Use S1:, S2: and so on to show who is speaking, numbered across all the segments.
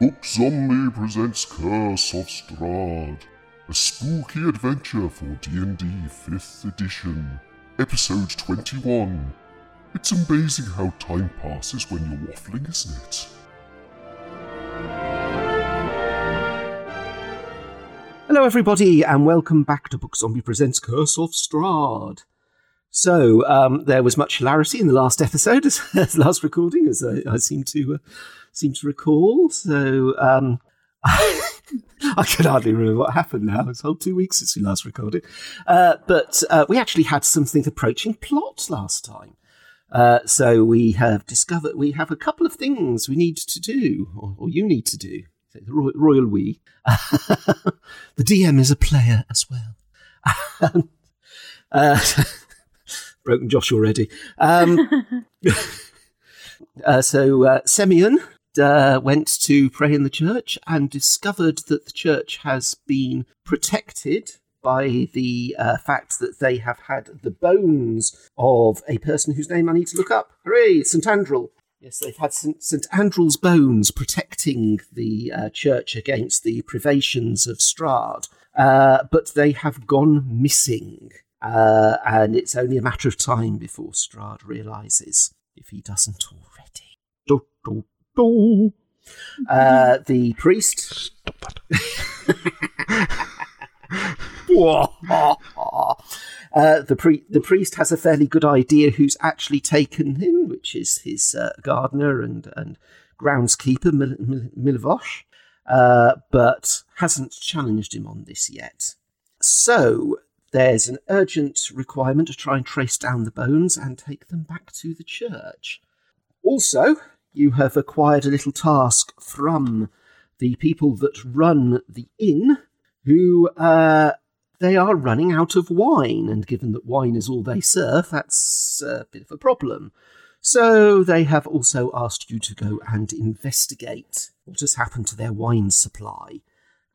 S1: Book Zombie presents Curse of Strahd, a spooky adventure for D&D 5th edition, episode 21. It's amazing how time passes when you're waffling, isn't it?
S2: Hello, everybody, and welcome back to Book Zombie Presents Curse of Strahd. So, um, there was much hilarity in the last episode, as, as last recording, as I, I seem to uh, seem to recall. So, um, I can hardly remember what happened now. It's whole two weeks since we last recorded. Uh, but uh, we actually had something approaching plot last time. Uh, so, we have discovered we have a couple of things we need to do, or, or you need to do. So the roy- royal we. the DM is a player as well. uh, broken Josh already. Um, uh, so uh, Semyon uh, went to pray in the church and discovered that the church has been protected by the uh, fact that they have had the bones of a person whose name I need to look up. Hooray, St. Andrel. Yes, they've had St. St. Andrel's bones protecting the uh, church against the privations of Strahd, uh, but they have gone missing. Uh, and it's only a matter of time before Strahd realises, if he doesn't already. Do, do, do. Uh, the priest. Uh, the, pre- the priest has a fairly good idea who's actually taken him, which is his uh, gardener and, and groundskeeper, Mil- Mil- Milvosh, uh, but hasn't challenged him on this yet. So there's an urgent requirement to try and trace down the bones and take them back to the church. Also, you have acquired a little task from the people that run the inn, who uh, they are running out of wine, and given that wine is all they serve, that's a bit of a problem. So they have also asked you to go and investigate what has happened to their wine supply,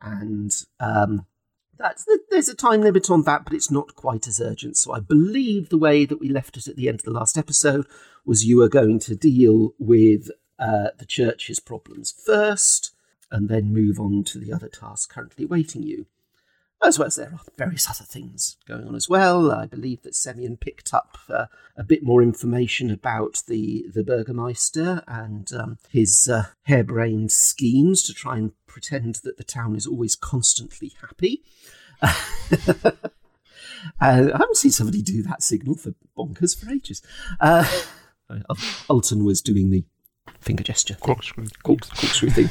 S2: and um, that's th- there's a time limit on that, but it's not quite as urgent. So I believe the way that we left it at the end of the last episode was you are going to deal with uh, the church's problems first, and then move on to the other task currently waiting you. As well as there are various other things going on as well. I believe that Semyon picked up uh, a bit more information about the, the Burgermeister and um, his uh, harebrained schemes to try and pretend that the town is always constantly happy. Uh, I haven't seen somebody do that signal for bonkers for ages. Uh, Alton was doing the finger gesture.
S3: corkscrew.
S2: Corks- corkscrew thing.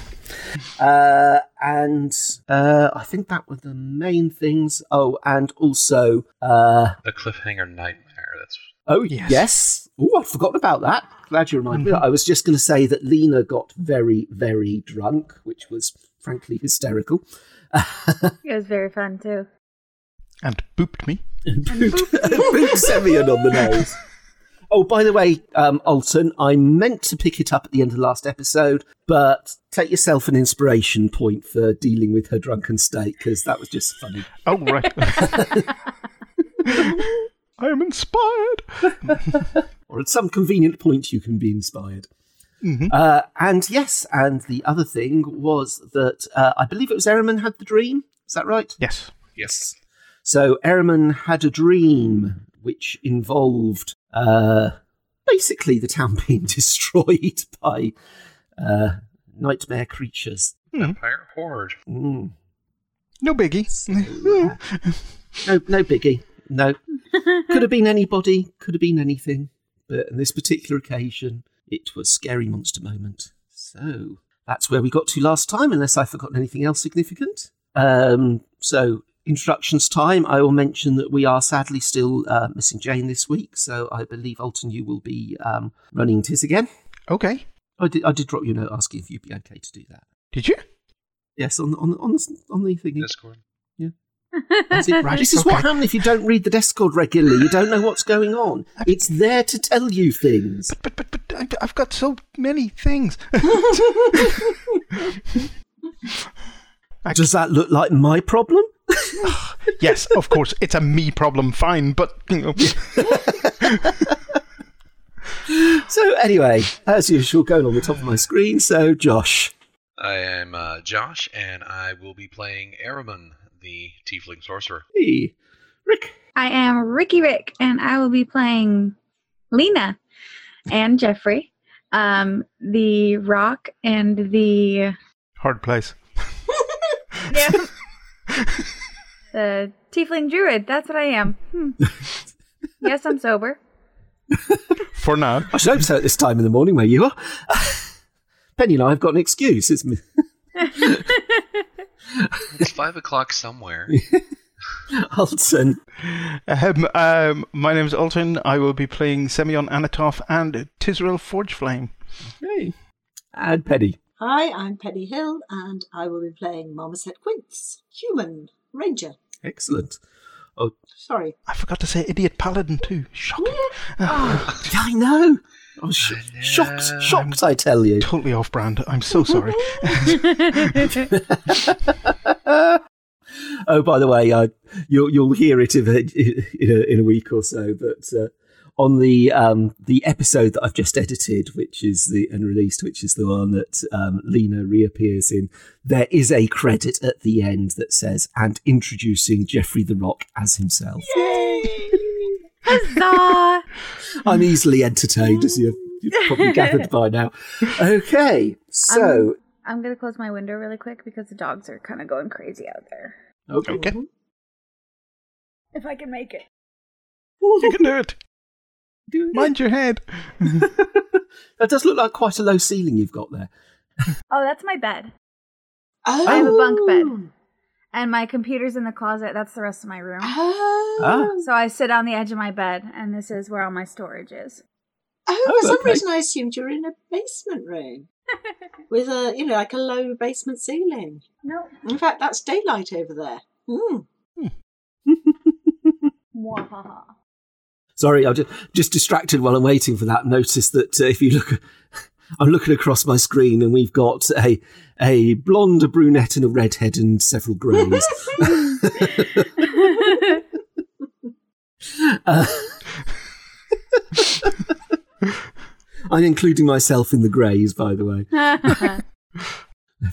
S2: Uh, and uh, I think that were the main things. Oh, and also, uh,
S4: The cliffhanger nightmare. That's
S2: oh yes,
S3: Yes.
S2: oh, I'd forgotten about that. Glad you reminded me. I was just going to say that Lena got very, very drunk, which was frankly hysterical.
S5: It was very fun too.
S3: And booped me.
S2: Boot Semyon on the nose. Oh, by the way, um, Alton, I meant to pick it up at the end of the last episode, but take yourself an inspiration point for dealing with her drunken state because that was just funny.
S3: Oh, right. I am inspired.
S2: Or at some convenient point, you can be inspired. Uh, and yes, and the other thing was that uh, I believe it was Ereman had the dream. Is that right?
S3: Yes.
S4: yes.
S2: So Ereman had a dream which involved uh, basically the town being destroyed by uh, nightmare creatures.
S4: Pirate Horde.
S2: Mm.
S3: No biggie. Hmm.
S2: No, no biggie. No, could have been anybody. Could have been anything. But on this particular occasion, it was scary monster moment. So that's where we got to last time, unless I've forgotten anything else significant. Um, so introductions time. I will mention that we are sadly still uh, missing Jane this week. So I believe Alton, you will be um, running Tiz again.
S3: okay.
S2: I did, I did drop you a note asking if you'd be okay to do that.
S3: Did you?
S2: Yes, on on on the, on the thingy.
S4: Discord.
S2: That's it, Raj. This is what
S3: Okay.
S2: happens if you don't read the Discord regularly. You don't know what's going on. It's there to tell you things.
S3: But but but but I- I've got so many things.
S2: Does that look like my problem?
S3: yes, of course, it's a me problem. Fine, but you know,
S2: So anyway, as usual, going on the top of my screen. So Josh,
S4: I am uh, Josh, and I will be playing Araman, the Tiefling Sorcerer.
S2: Hey, Rick.
S5: I am Ricky Rick, and I will be playing Lena and Jeffrey, um, the rock and the
S3: Hard place.
S5: yeah, the tiefling druid. That's what I am. Hmm. yes, I'm sober.
S3: For now.
S2: I should hope so at this time in the morning where you are. Penny and I have got an excuse. It's me.
S4: It's five o'clock somewhere.
S2: Alton.
S3: Um, um, my name's Alton. I will be playing Semyon Anatov and Tisrael Forgeflame.
S2: Hey. And Penny.
S6: Hi, I'm Penny Hill, and I will be playing Marmoset Quince, human ranger.
S2: Excellent.
S6: Sorry.
S3: I forgot to say Idiot Paladin too. Shocking.
S2: Oh, yeah, I know. I was sh-
S4: I know.
S2: shocked, shocked, I tell you.
S3: Uh, Totally off brand. I'm so sorry.
S2: Oh, by the way, I, you'll you'll hear it in a, in a, in a week or so. But uh, on the um, the episode that I've just edited, which is the and released, which is the one that um, Lena reappears in, there is a credit at the end that says "and introducing Jeffrey the Rock as himself."
S5: Huzzah!
S2: I'm easily entertained, as you've, you've probably gathered by now. Okay, so
S5: I'm gonna close my window really quick because the dogs are kind of going crazy out there.
S2: okay.
S3: okay.
S5: If I can make it.
S3: You can do it.
S2: Do it.
S3: Mind your head.
S2: that does look like quite a low ceiling you've got there.
S5: Oh, that's my bed.
S6: Oh.
S5: I have a bunk bed. And my computer's in the closet. That's the rest of my room.
S6: Oh,
S2: Ah.
S5: So I sit on the edge of my bed, and this is where all my storage is.
S6: oh,
S2: Oh,
S6: for some
S2: okay.
S6: reason I assumed you were in a basement room with a, you know, like a low basement ceiling.
S5: No,
S6: In fact, that's daylight over there. Hmm.
S5: Mwahaha.
S2: Sorry, I'm just, just distracted while I'm waiting for that. Notice that uh, if you look, I'm looking across my screen and we've got a a blonde, a brunette, and a redhead, and several greys. Uh, I'm including myself in the greys, by the way.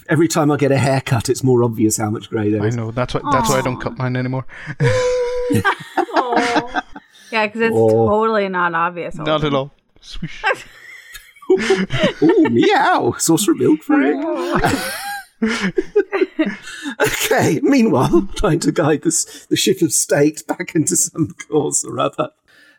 S2: Every time I get a haircut, it's more obvious how much grey there
S3: I
S2: is.
S3: know. That's why. That's why I don't
S5: Aw.
S3: cut mine anymore.
S6: Oh.
S5: yeah, because it's
S2: Oh.
S5: totally not obvious.
S3: Not at all. Swoosh.
S2: Ooh, meow! Saucer of milk for it. Okay. Meanwhile, trying to guide this, the ship of state back into some course or other.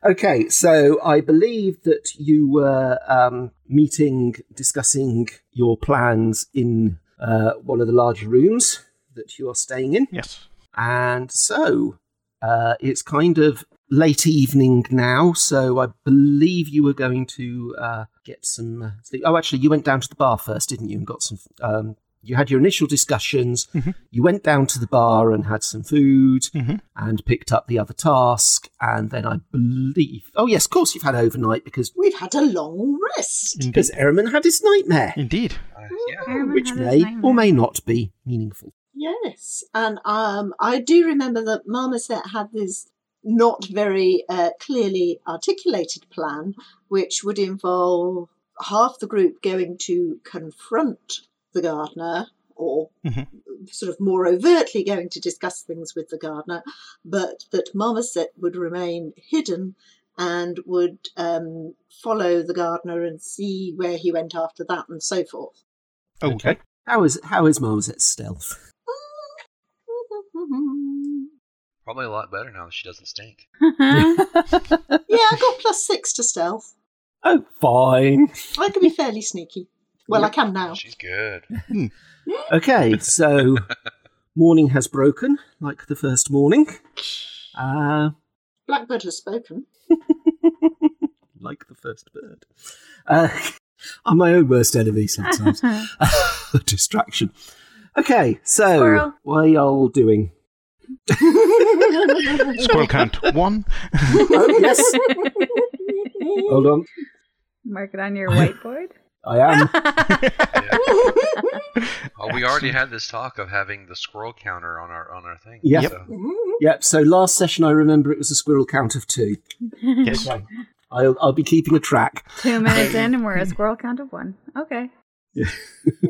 S2: Okay, so I believe that you were um, meeting, discussing your plans in uh, one of the larger rooms that you are staying in.
S3: Yes.
S2: And so uh, it's kind of late evening now, so I believe you were going to uh, get some uh, sleep. Oh, actually, you went down to the bar first, didn't you? And got some. Um, you had your initial discussions. You went down to the bar and had some food
S3: Mhm.
S2: and picked up the other task. And then I believe. Oh, yes, of course, you've had overnight because.
S6: We've had a long rest.
S3: Indeed.
S2: Because Ehrman had his nightmare,
S3: Indeed.
S4: Uh, yeah.
S5: Ehrman
S2: which
S5: had his
S2: may
S5: nightmare.
S2: or may not be meaningful.
S6: Yes, and um, I do remember that Marmoset had this not very uh, clearly articulated plan, which would involve half the group going to confront the gardener, or
S3: Mhm.
S6: sort of more overtly going to discuss things with the gardener, but that Marmoset would remain hidden and would um, follow the gardener and see where he went after that and so forth.
S3: Okay.
S2: How is how is Marmoset's stealth?
S4: Probably a lot better now that she doesn't stink.
S6: yeah, I got plus six to stealth.
S2: Oh, fine.
S6: I can be fairly sneaky. Well, I can now.
S4: She's good.
S2: Okay, so morning has broken, like the first morning. Uh,
S6: Blackbird has spoken.
S2: like the first bird. Uh, I'm my own worst enemy sometimes. Distraction. Okay, so
S5: Squirrel.
S2: what are y'all doing?
S3: Squirrel count one.
S2: Oh, yes. Hold on.
S5: Mark it on your whiteboard.
S2: I am.
S4: Yeah. Oh, we already had this talk of having the scroll counter on our on our thing.
S2: Yeah.
S4: so-
S6: Mm,
S2: Yep, so last session I remember it was a squirrel count of two.
S3: Yes.
S2: I'll, I'll be keeping a track.
S5: Two minutes in, and we're a squirrel count of one. Okay.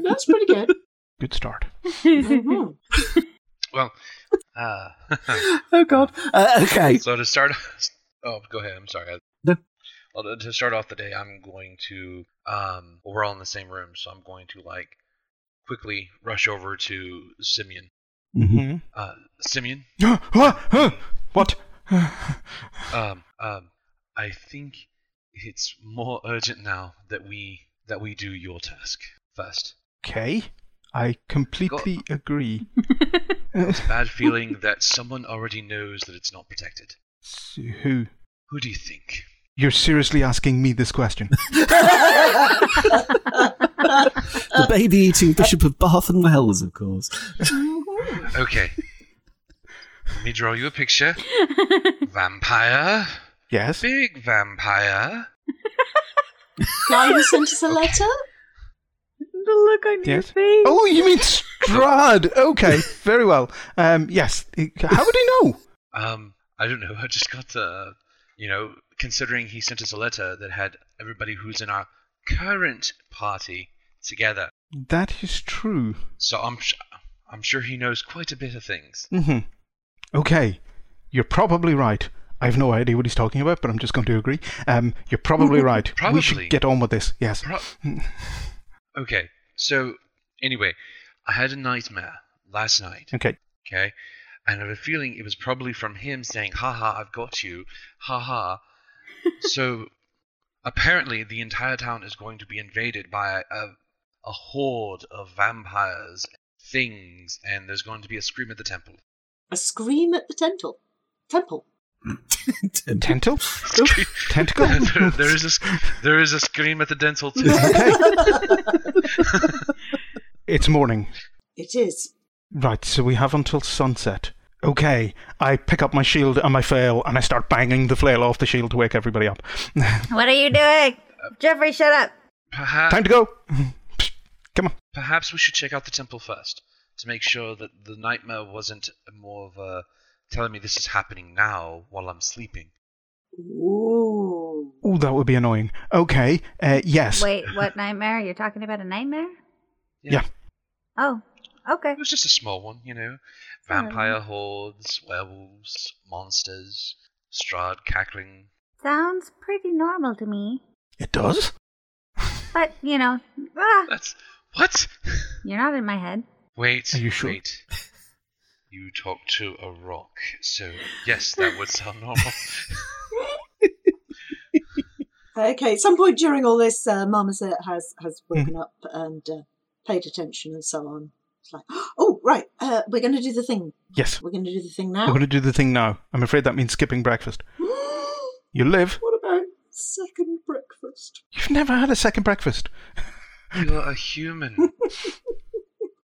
S6: That's pretty good.
S3: Good start. Mm-hmm.
S6: Mhm.
S4: Well, uh,
S2: Oh God. Uh, okay.
S4: so to start, oh, go ahead. I'm sorry. I-
S2: No.
S4: Well, to- to start off the day, I'm going to. Um, well, we're all in the same room, so I'm going to like quickly rush over to Simeon.
S2: Mm-hmm.
S4: Uh, Simeon,
S3: Mm-hmm. what?
S4: um, um, I think it's more urgent now that we that we do your task first.
S3: Okay. I completely agree.
S4: It's a bad feeling that someone already knows that it's not protected.
S3: S- Who?
S4: Who do you think?
S3: You're seriously asking me this question?
S6: Uh,
S2: The baby-eating Bishop of Bath and Wells, of course.
S4: Okay. Let me draw you a picture. Vampire.
S3: yes.
S4: Big vampire.
S6: Now you sent us a letter?
S5: the look on your
S3: Yes.
S5: face.
S3: Oh, you mean Strad? Okay, very well. Um, yes. How would he know?
S4: Um, I don't know. I just got the, you know, considering he sent us a letter that had everybody who's in our current party together.
S3: That is true.
S4: So I'm, sh- I'm sure he knows quite a bit of things.
S3: hmm Okay, you're probably right. I have no idea what he's talking about, but I'm just going to agree. Um, you're probably right. We
S4: Probably.
S3: should get on with this. Yes.
S4: Pro- okay. So anyway, I had a nightmare last night.
S3: Okay.
S4: okay? And I have a feeling it was probably from him saying, haha, I've got you, haha. so apparently, the entire town is going to be invaded by a, a horde of vampires, things, and there's going to be a scream at the temple.
S6: A scream at the temple. Temple.
S3: Tentacle. Tentacle.
S4: there, there is a, sc- there is a scream at the dental temple.
S3: Okay. it's morning.
S6: It is.
S3: Right, so we have until sunset. Okay, I pick up my shield and my flail, and I start banging the flail off the shield to wake everybody up.
S5: What are you doing?
S3: Uh,
S5: Jeffrey, shut up.
S4: Perhaps,
S3: Time to go. Psst, Come on.
S4: perhaps we should check out the temple first to make sure that the nightmare wasn't more of a telling me this is happening now while I'm sleeping.
S6: Ooh.
S3: Oh, that would be annoying. Okay, uh, yes.
S5: Wait, what nightmare? You're talking about a nightmare?
S3: Yeah.
S5: Oh, okay.
S4: It was just a small one, you know. Vampire
S5: Hmm.
S4: hordes, werewolves, monsters, Strahd cackling.
S5: Sounds pretty normal to me.
S3: It does?
S5: But, you know, ah,
S4: That's what?
S5: you're not in my head.
S4: Wait.
S3: Are you sure?
S4: Wait. You talk to a rock, so yes, that would sound normal.
S6: Okay, at some point during all this, uh, Marmoset has, has woken up and uh, paid attention and so on. It's like, oh, right, uh, we're going to do the thing.
S3: Yes.
S6: We're going to do the thing
S3: We're
S6: now.
S3: going to do the thing now. I'm afraid that means skipping breakfast. You live.
S6: what about second breakfast?
S3: You've never had a second breakfast.
S4: You're a human.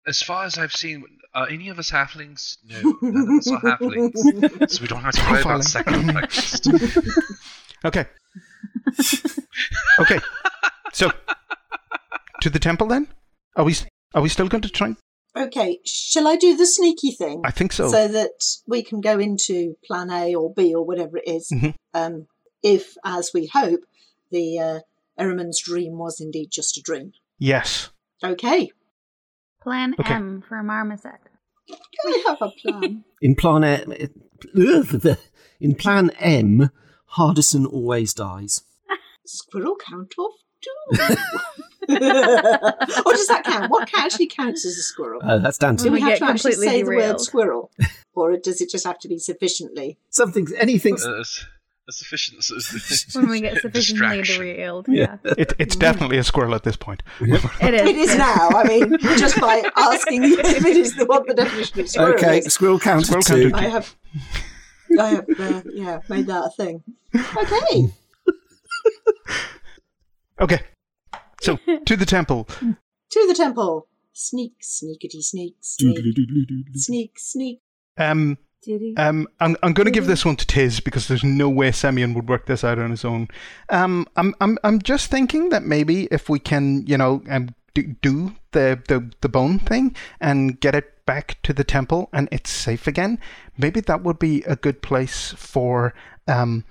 S4: As far as I've seen, are any of us halflings? No, none of us are halflings, so we don't have to worry about
S3: Profiling.
S4: second breakfast.
S3: Okay. okay. So, to the temple then? Are we, are we still going to try?
S6: Okay, shall I do the sneaky thing?
S3: I think so.
S6: so that we can go into plan A or B or whatever it is,
S3: Mhm.
S6: um, if, as we hope, the uh, Ehrman's dream was indeed just a dream.
S3: Yes.
S6: Okay,
S5: Plan
S3: Okay.
S5: M for Marmoset.
S6: we have a plan.
S2: In plan M, in plan M, Hardison always dies.
S6: Squirrel count off two. or does that count? What actually counts as a squirrel?
S2: Uh, that's down
S6: Do
S2: to
S5: When
S6: we
S5: we
S6: have
S5: get
S6: to actually
S5: completely
S6: say the word
S5: derailed.
S6: squirrel? Or does it just have to be sufficiently?
S2: something. Anything.
S4: Uh, s- a sufficient.
S5: When we get sufficiently
S4: Distraction.
S5: derailed.
S2: Yeah.
S5: Yeah.
S3: It, it's definitely a squirrel at this point.
S5: It is.
S6: It is now. I mean, just by asking you if it is the, what the definition of squirrel
S2: Okay,
S6: is.
S2: squirrel counter
S3: Squirrel
S2: two.
S3: counter
S6: I have, I have, uh, yeah, made that a thing. Okay,
S3: Okay. So, to the temple.
S6: to the temple. Sneak, sneakity, sneak, sneak, sneak, sneak.
S3: Um,
S5: Diddy.
S3: um, I'm, I'm going to give this one to Tiz because there's no way Semyon would work this out on his own. Um, I'm, I'm, I'm just thinking that maybe if we can, you know, um, do, do the, the, the bone thing and get it back to the temple and it's safe again, maybe that would be a good place for um,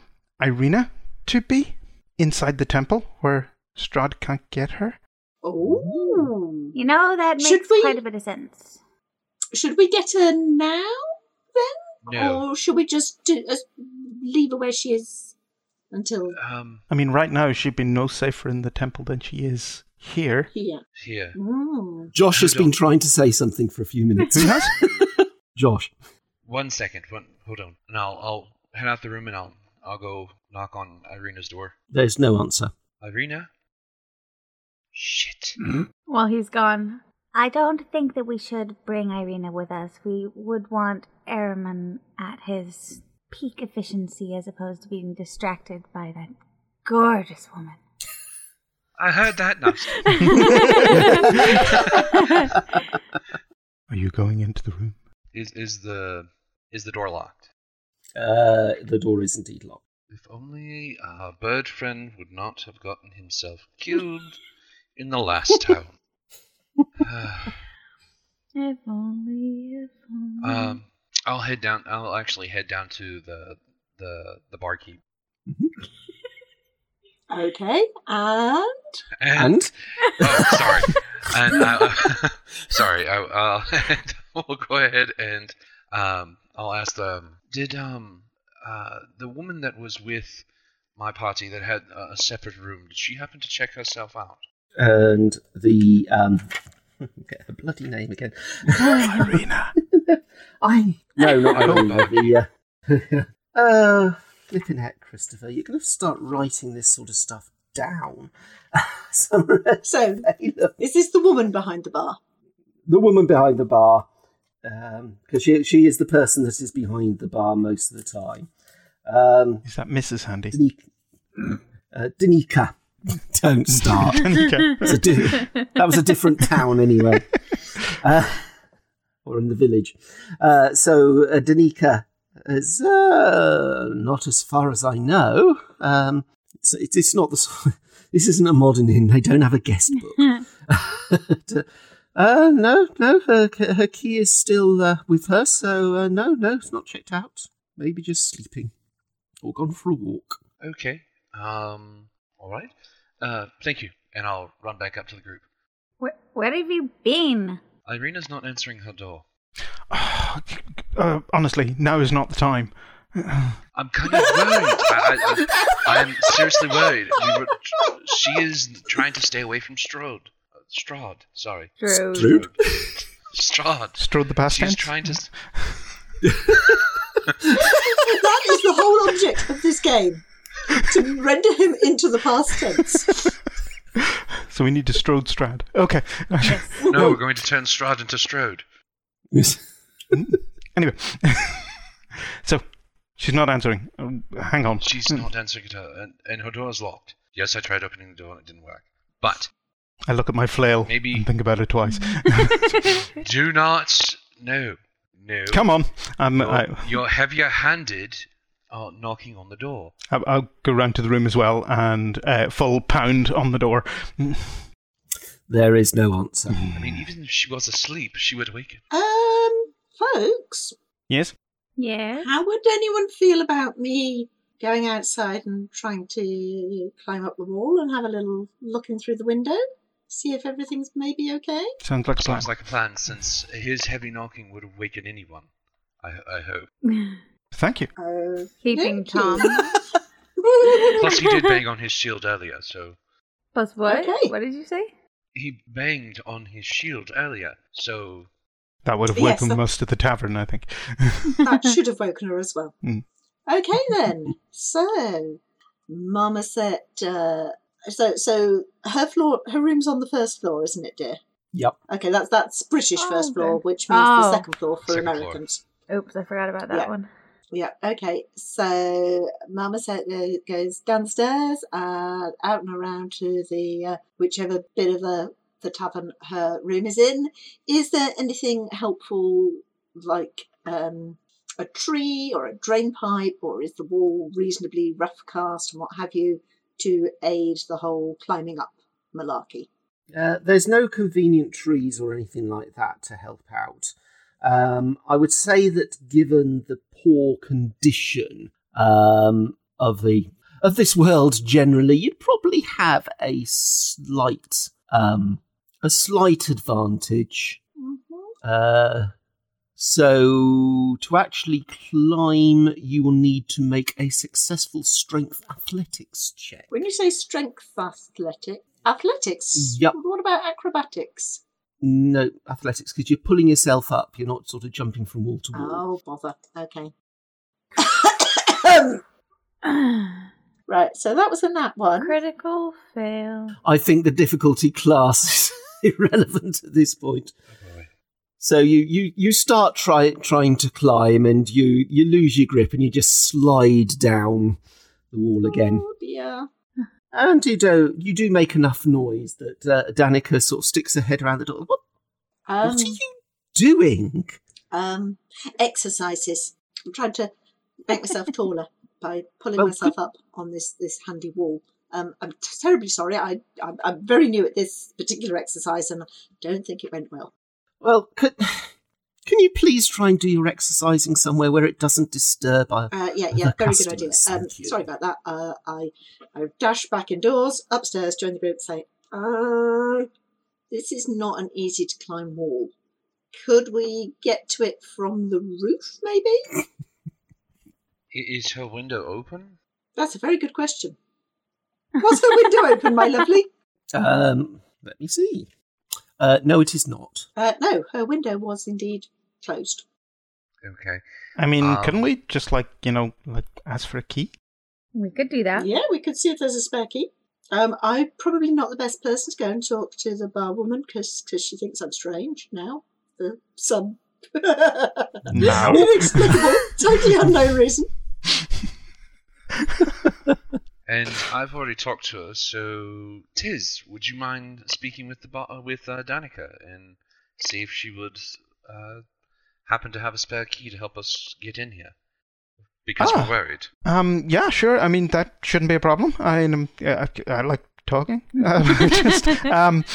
S3: Irina to be inside the temple where Strad can't get her.
S6: Oh.
S5: You know, that makes
S6: Should we-
S5: quite a bit of sense.
S6: Should we get her now?
S4: No.
S6: Or should we just do, uh, leave her where she is until
S4: Um,
S3: I mean, right now she'd be no safer in the temple than she is here.
S6: here?
S4: here.
S6: Mm.
S2: Josh has
S4: Who
S2: been
S4: don't-
S2: trying to say something for a few minutes.
S3: Who has?
S2: Josh.
S4: One second. One, hold on. And I'll, I'll head out the room and I'll, I'll go knock on Irina's door.
S2: There's no answer.
S4: Irina? Shit.
S5: Well, he's gone. I don't think that we should bring Irina with us. We would want Araman at his peak efficiency as opposed to being distracted by that gorgeous woman.
S4: I heard that. No, I'm just kidding.
S3: Are you going into the room?
S4: is is the is the door locked?
S2: Uh, the door is indeed locked.
S4: If only our bird friend would not have gotten himself killed in the last town.
S5: if only, if only.
S4: um, I'll head down. I'll actually head down to the the the barkeep.
S6: Okay. And
S2: And
S4: oh, sorry. And I, sorry. I, I'll, we'll go ahead and um, I'll ask them. Did um uh, the woman that was with my party that had uh, a separate room? Did she happen to check herself out?
S2: and the um, get her bloody name again.
S3: Irina.
S2: I no, not Irina. the uh, uh, flipping heck, Christopher, you're going to start writing this sort of stuff down. Somewhere else.
S6: so,
S2: the
S6: is this the woman behind the bar?
S2: woman behind the bar, because Um, she she is the person that is behind the bar most of the time. Um,
S3: Is that Mrs. Handy?
S2: Danica. Uh, Danica. Don't start. It's a di- that was a different town anyway, uh, or in the village. Uh, so uh, Danica is uh, not as far as I know. Um, it's, it's, it's not the. s- This isn't a modern inn. They don't have a guest book. uh, no, no. Her, her key is still uh, with her, so uh, no, no. It's not checked out. Maybe just sleeping or gone for a walk.
S4: Okay. Um. All right. Uh. Thank you. And I'll run back up to the group.
S5: where, where have you been?
S4: Irina's not answering her door.
S3: uh, honestly, now is not the time.
S4: I'm kind of worried. I, I, I, I'm seriously worried. We were, she is trying to stay away from Strode. Uh, Strahd, sorry.
S5: Drew.
S2: Strode?
S4: Strahd.
S3: Strode the past
S4: She's
S3: tense?
S4: trying to. s-
S6: that is the whole object of this game to render him into the past tense.
S3: So we need to strode Strad. Okay.
S4: No, we're going to turn Strahd into Strode.
S3: anyway. so she's not answering. Um, hang on.
S4: She's not answering at her, and, and her door is locked. Yes, I tried opening the door and it didn't work. But
S3: I look at my flail
S4: Maybe-
S3: and think about it twice.
S4: do not. No. No.
S3: Come on. I'm, I,
S4: You're, you're heavier handed uh, knocking on the door.
S3: I'll- I'll go round to the room as well and uh, full pound on the door.
S2: There is no answer.
S4: I mean, even if she was asleep, she would awaken.
S6: Um, folks,
S3: Yes?
S5: Yeah.
S6: how would anyone feel about me going outside and trying to climb up the wall and have a little looking through the window? See if everything's maybe okay?
S3: Sounds like a plan.
S4: Sounds like a plan, since his heavy knocking would awaken anyone. I, I hope.
S3: Thank you.
S6: Oh,
S5: Peeping Tom.
S4: Plus, he did bang on his shield earlier, so
S5: Plus what?
S6: Okay.
S5: What did you say?
S4: he banged on his shield earlier. So
S3: That would have
S6: Yes,
S3: woken
S6: that-
S3: most of the tavern, I think.
S6: that should have woken her as well.
S4: Hmm.
S3: Mm.
S6: Okay then. So, Mama said, uh, so so her floor, her room's on the first floor, isn't it, dear?
S2: Yep.
S6: Okay, that's that's British
S5: Oh,
S6: first floor,
S5: okay.
S6: which means
S5: Oh.
S6: the second floor for
S4: Second floor.
S6: Americans.
S5: Oops, I forgot about that
S6: Yeah.
S5: one.
S6: Yeah. Okay. So Mama said uh, goes downstairs, uh, out and around to the uh, whichever bit of the the tavern her room is in. Is there anything helpful, like um, a tree or a drain pipe, or is the wall reasonably rough cast and what have you to aid the whole climbing up malarkey?
S2: Uh, there's no convenient trees or anything like that to help out. Um, I would say that given the poor condition um, of the of this world generally, you'd probably have a slight um, a slight advantage.
S6: Mhm.
S2: Uh, so to actually climb, you will need to make a successful strength athletics check.
S6: When you say strength athletic, athletics.
S2: Yep.
S6: What about acrobatics?
S2: No athletics because you're pulling yourself up. You're not sort of jumping from wall to wall.
S6: Oh bother. Okay. right. So that was in that one.
S5: Critical fail.
S2: I think the difficulty class is irrelevant at this point. So you you you start try, trying to climb and you you lose your grip and you just slide down the wall again.
S6: Oh dear.
S2: And you do you do make enough noise that uh, Danica sort of sticks her head around the door. What,
S6: Um,
S2: what are you doing?
S6: um, exercises. I'm trying to make myself taller by pulling
S2: Well,
S6: myself up on this this handy wall. Um, I'm terribly sorry. I I'm, I'm very new at this particular exercise, and I don't think it went well.
S2: Well, could, can you please try and do your exercising somewhere where it doesn't disturb? Our,
S6: Uh, yeah, yeah,
S2: The
S6: very good idea.
S2: customers,
S6: Um,
S2: thank you.
S6: sorry about that. Uh, I I dash back indoors, upstairs, join the group, say, uh, this is not an easy to climb wall. Could we get to it from the roof? Maybe
S4: I- Is her window open?
S6: that's a very good question. Was her window open, my lovely?
S2: um, let me see. Uh, no, it is not.
S6: Uh, no, her window was indeed closed.
S4: Okay.
S3: I mean,
S4: Um,
S3: couldn't we just like you know like ask for a key?
S5: We could do that.
S6: Yeah, we could see if there's a spare key. Um, I'm probably not the best person to go and talk to the barwoman because she thinks I'm strange now. For some
S3: Now.
S6: inexplicable, totally unknown reason.
S4: And I've already talked to her, so Tiz, would you mind speaking with the bo- uh, with uh, Danica and see if she would uh, happen to have a spare key to help us get in here? Because
S3: Ah.
S4: we're worried.
S3: Um, yeah, sure. I mean, that shouldn't be a problem. I am. I, I like talking. Um, just, um,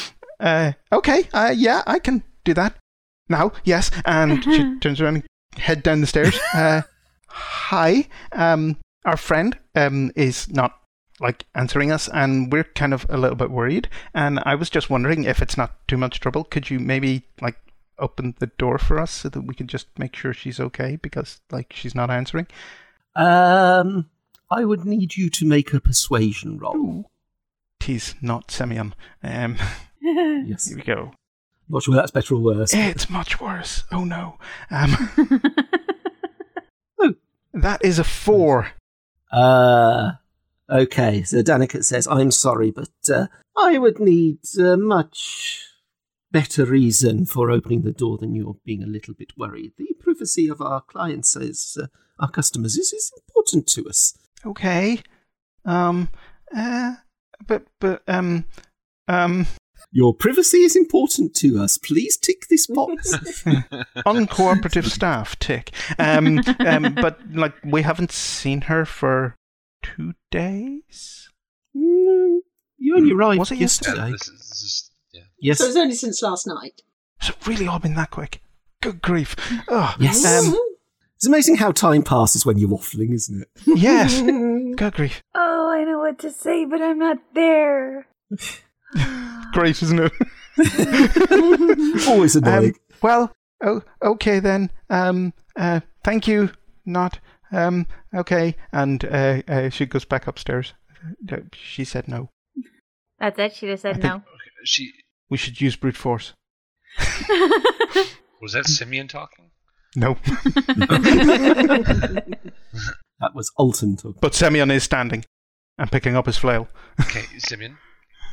S3: uh, okay. Uh, yeah, I can do that now. Yes, and she turns around, and head down the stairs. Uh, hi. Um, our friend um is not like answering us, and we're kind of a little bit worried. And I was just wondering if it's not too much trouble, could you maybe like open the door for us so that we can just make sure she's okay because like she's not answering.
S2: Um, I would need you to make a persuasion roll.
S3: Tis not Semyon. Um,
S2: Yes.
S3: here we go.
S2: Not sure whether that's better or worse.
S3: It's much worse. Oh no. Um,
S2: Oh.
S3: that is a four.
S2: Uh, okay, so Danica says, I'm sorry, but uh, I would need uh, much better reason for opening the door than you're being a little bit worried. The privacy of our clients, is, uh, our customers, is, is important to us.
S3: Okay. Um. Uh. But but um. Um.
S2: Your privacy is important to us. Please tick this box.
S3: Uncooperative staff. Tick. Um. Um. But like we haven't seen her for two days.
S2: Mm, you only
S3: Hmm,
S2: arrived
S3: was it
S4: Yeah,
S2: yesterday.
S4: this is, this is- yeah.
S2: Yes.
S6: So it's only since last night.
S3: It's really all been that quick. Good grief. Oh.
S2: Yes.
S3: Um,
S2: It's amazing how time passes when you're waffling, isn't it?
S3: yes. Good grief.
S5: oh, I know what to say, but I'm not there.
S3: Great, isn't it?
S2: Always annoying.
S3: Um, well, oh, okay then. Um, uh, thank you. Not um, okay. And uh, uh, she goes back upstairs. Uh, She said no.
S5: That's it. She just said
S3: I
S5: no.
S3: think-
S4: Okay, She
S3: We should use brute force.
S4: was
S3: Mm.
S4: that Simeon talking?
S3: No.
S2: that was Alton talking.
S3: But Semyon is standing and picking up his flail.
S4: Okay, Simeon,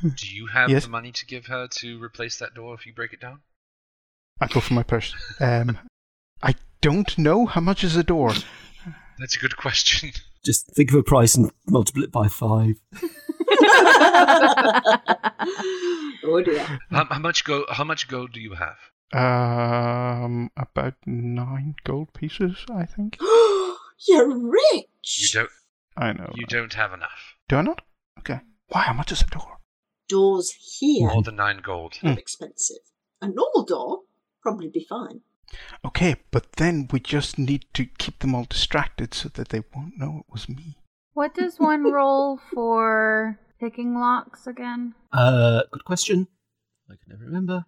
S4: do you have
S3: Yes.
S4: the money to give her to replace that door if you break it down?
S3: I go for my purse. Um, I don't know how much is a door.
S4: That's a good question.
S2: Just think of a price and multiply it by five.
S6: oh dear.
S4: how, how much go? How much gold do you have?
S3: Um, about nine gold pieces, I think.
S6: You're
S4: You
S6: rich.
S4: don't.
S3: I know.
S4: You don't have enough.
S3: Do I not? Okay. Why? How much is a door?
S6: Doors here
S3: Mm-hmm.
S4: More than nine gold.
S6: are expensive. A normal door probably be fine.
S3: Okay, but then we just need to keep them all distracted so that they won't know it was me.
S5: what does one roll for picking locks again?
S2: Uh, good question. I can never remember.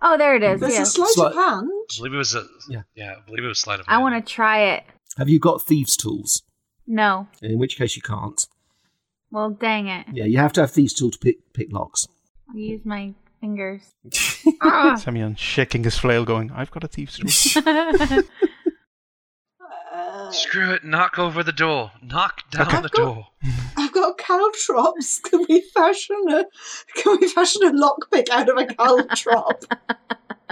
S5: Oh, there it is.
S6: There's
S5: yeah.
S6: a sleight
S2: Slight-
S6: of hand.
S4: I believe it was a
S2: Yeah.
S4: yeah. I believe it was sleight of
S5: I want to try it.
S2: Have you got thieves' tools?
S5: No.
S2: In which case you can't.
S5: Well, dang it.
S2: Yeah, you have to have thieves' tool to pick pick locks.
S5: I'll use my fingers. Ah!
S3: Semyon shaking his flail, going, "I've got a thief's tool."
S6: Uh,
S4: Screw it! Knock over the door. Knock down
S6: Okay.
S4: the
S6: I've got-
S4: door.
S6: I've got caltrops. Can we fashion a can we fashion a lockpick out of a caltrop?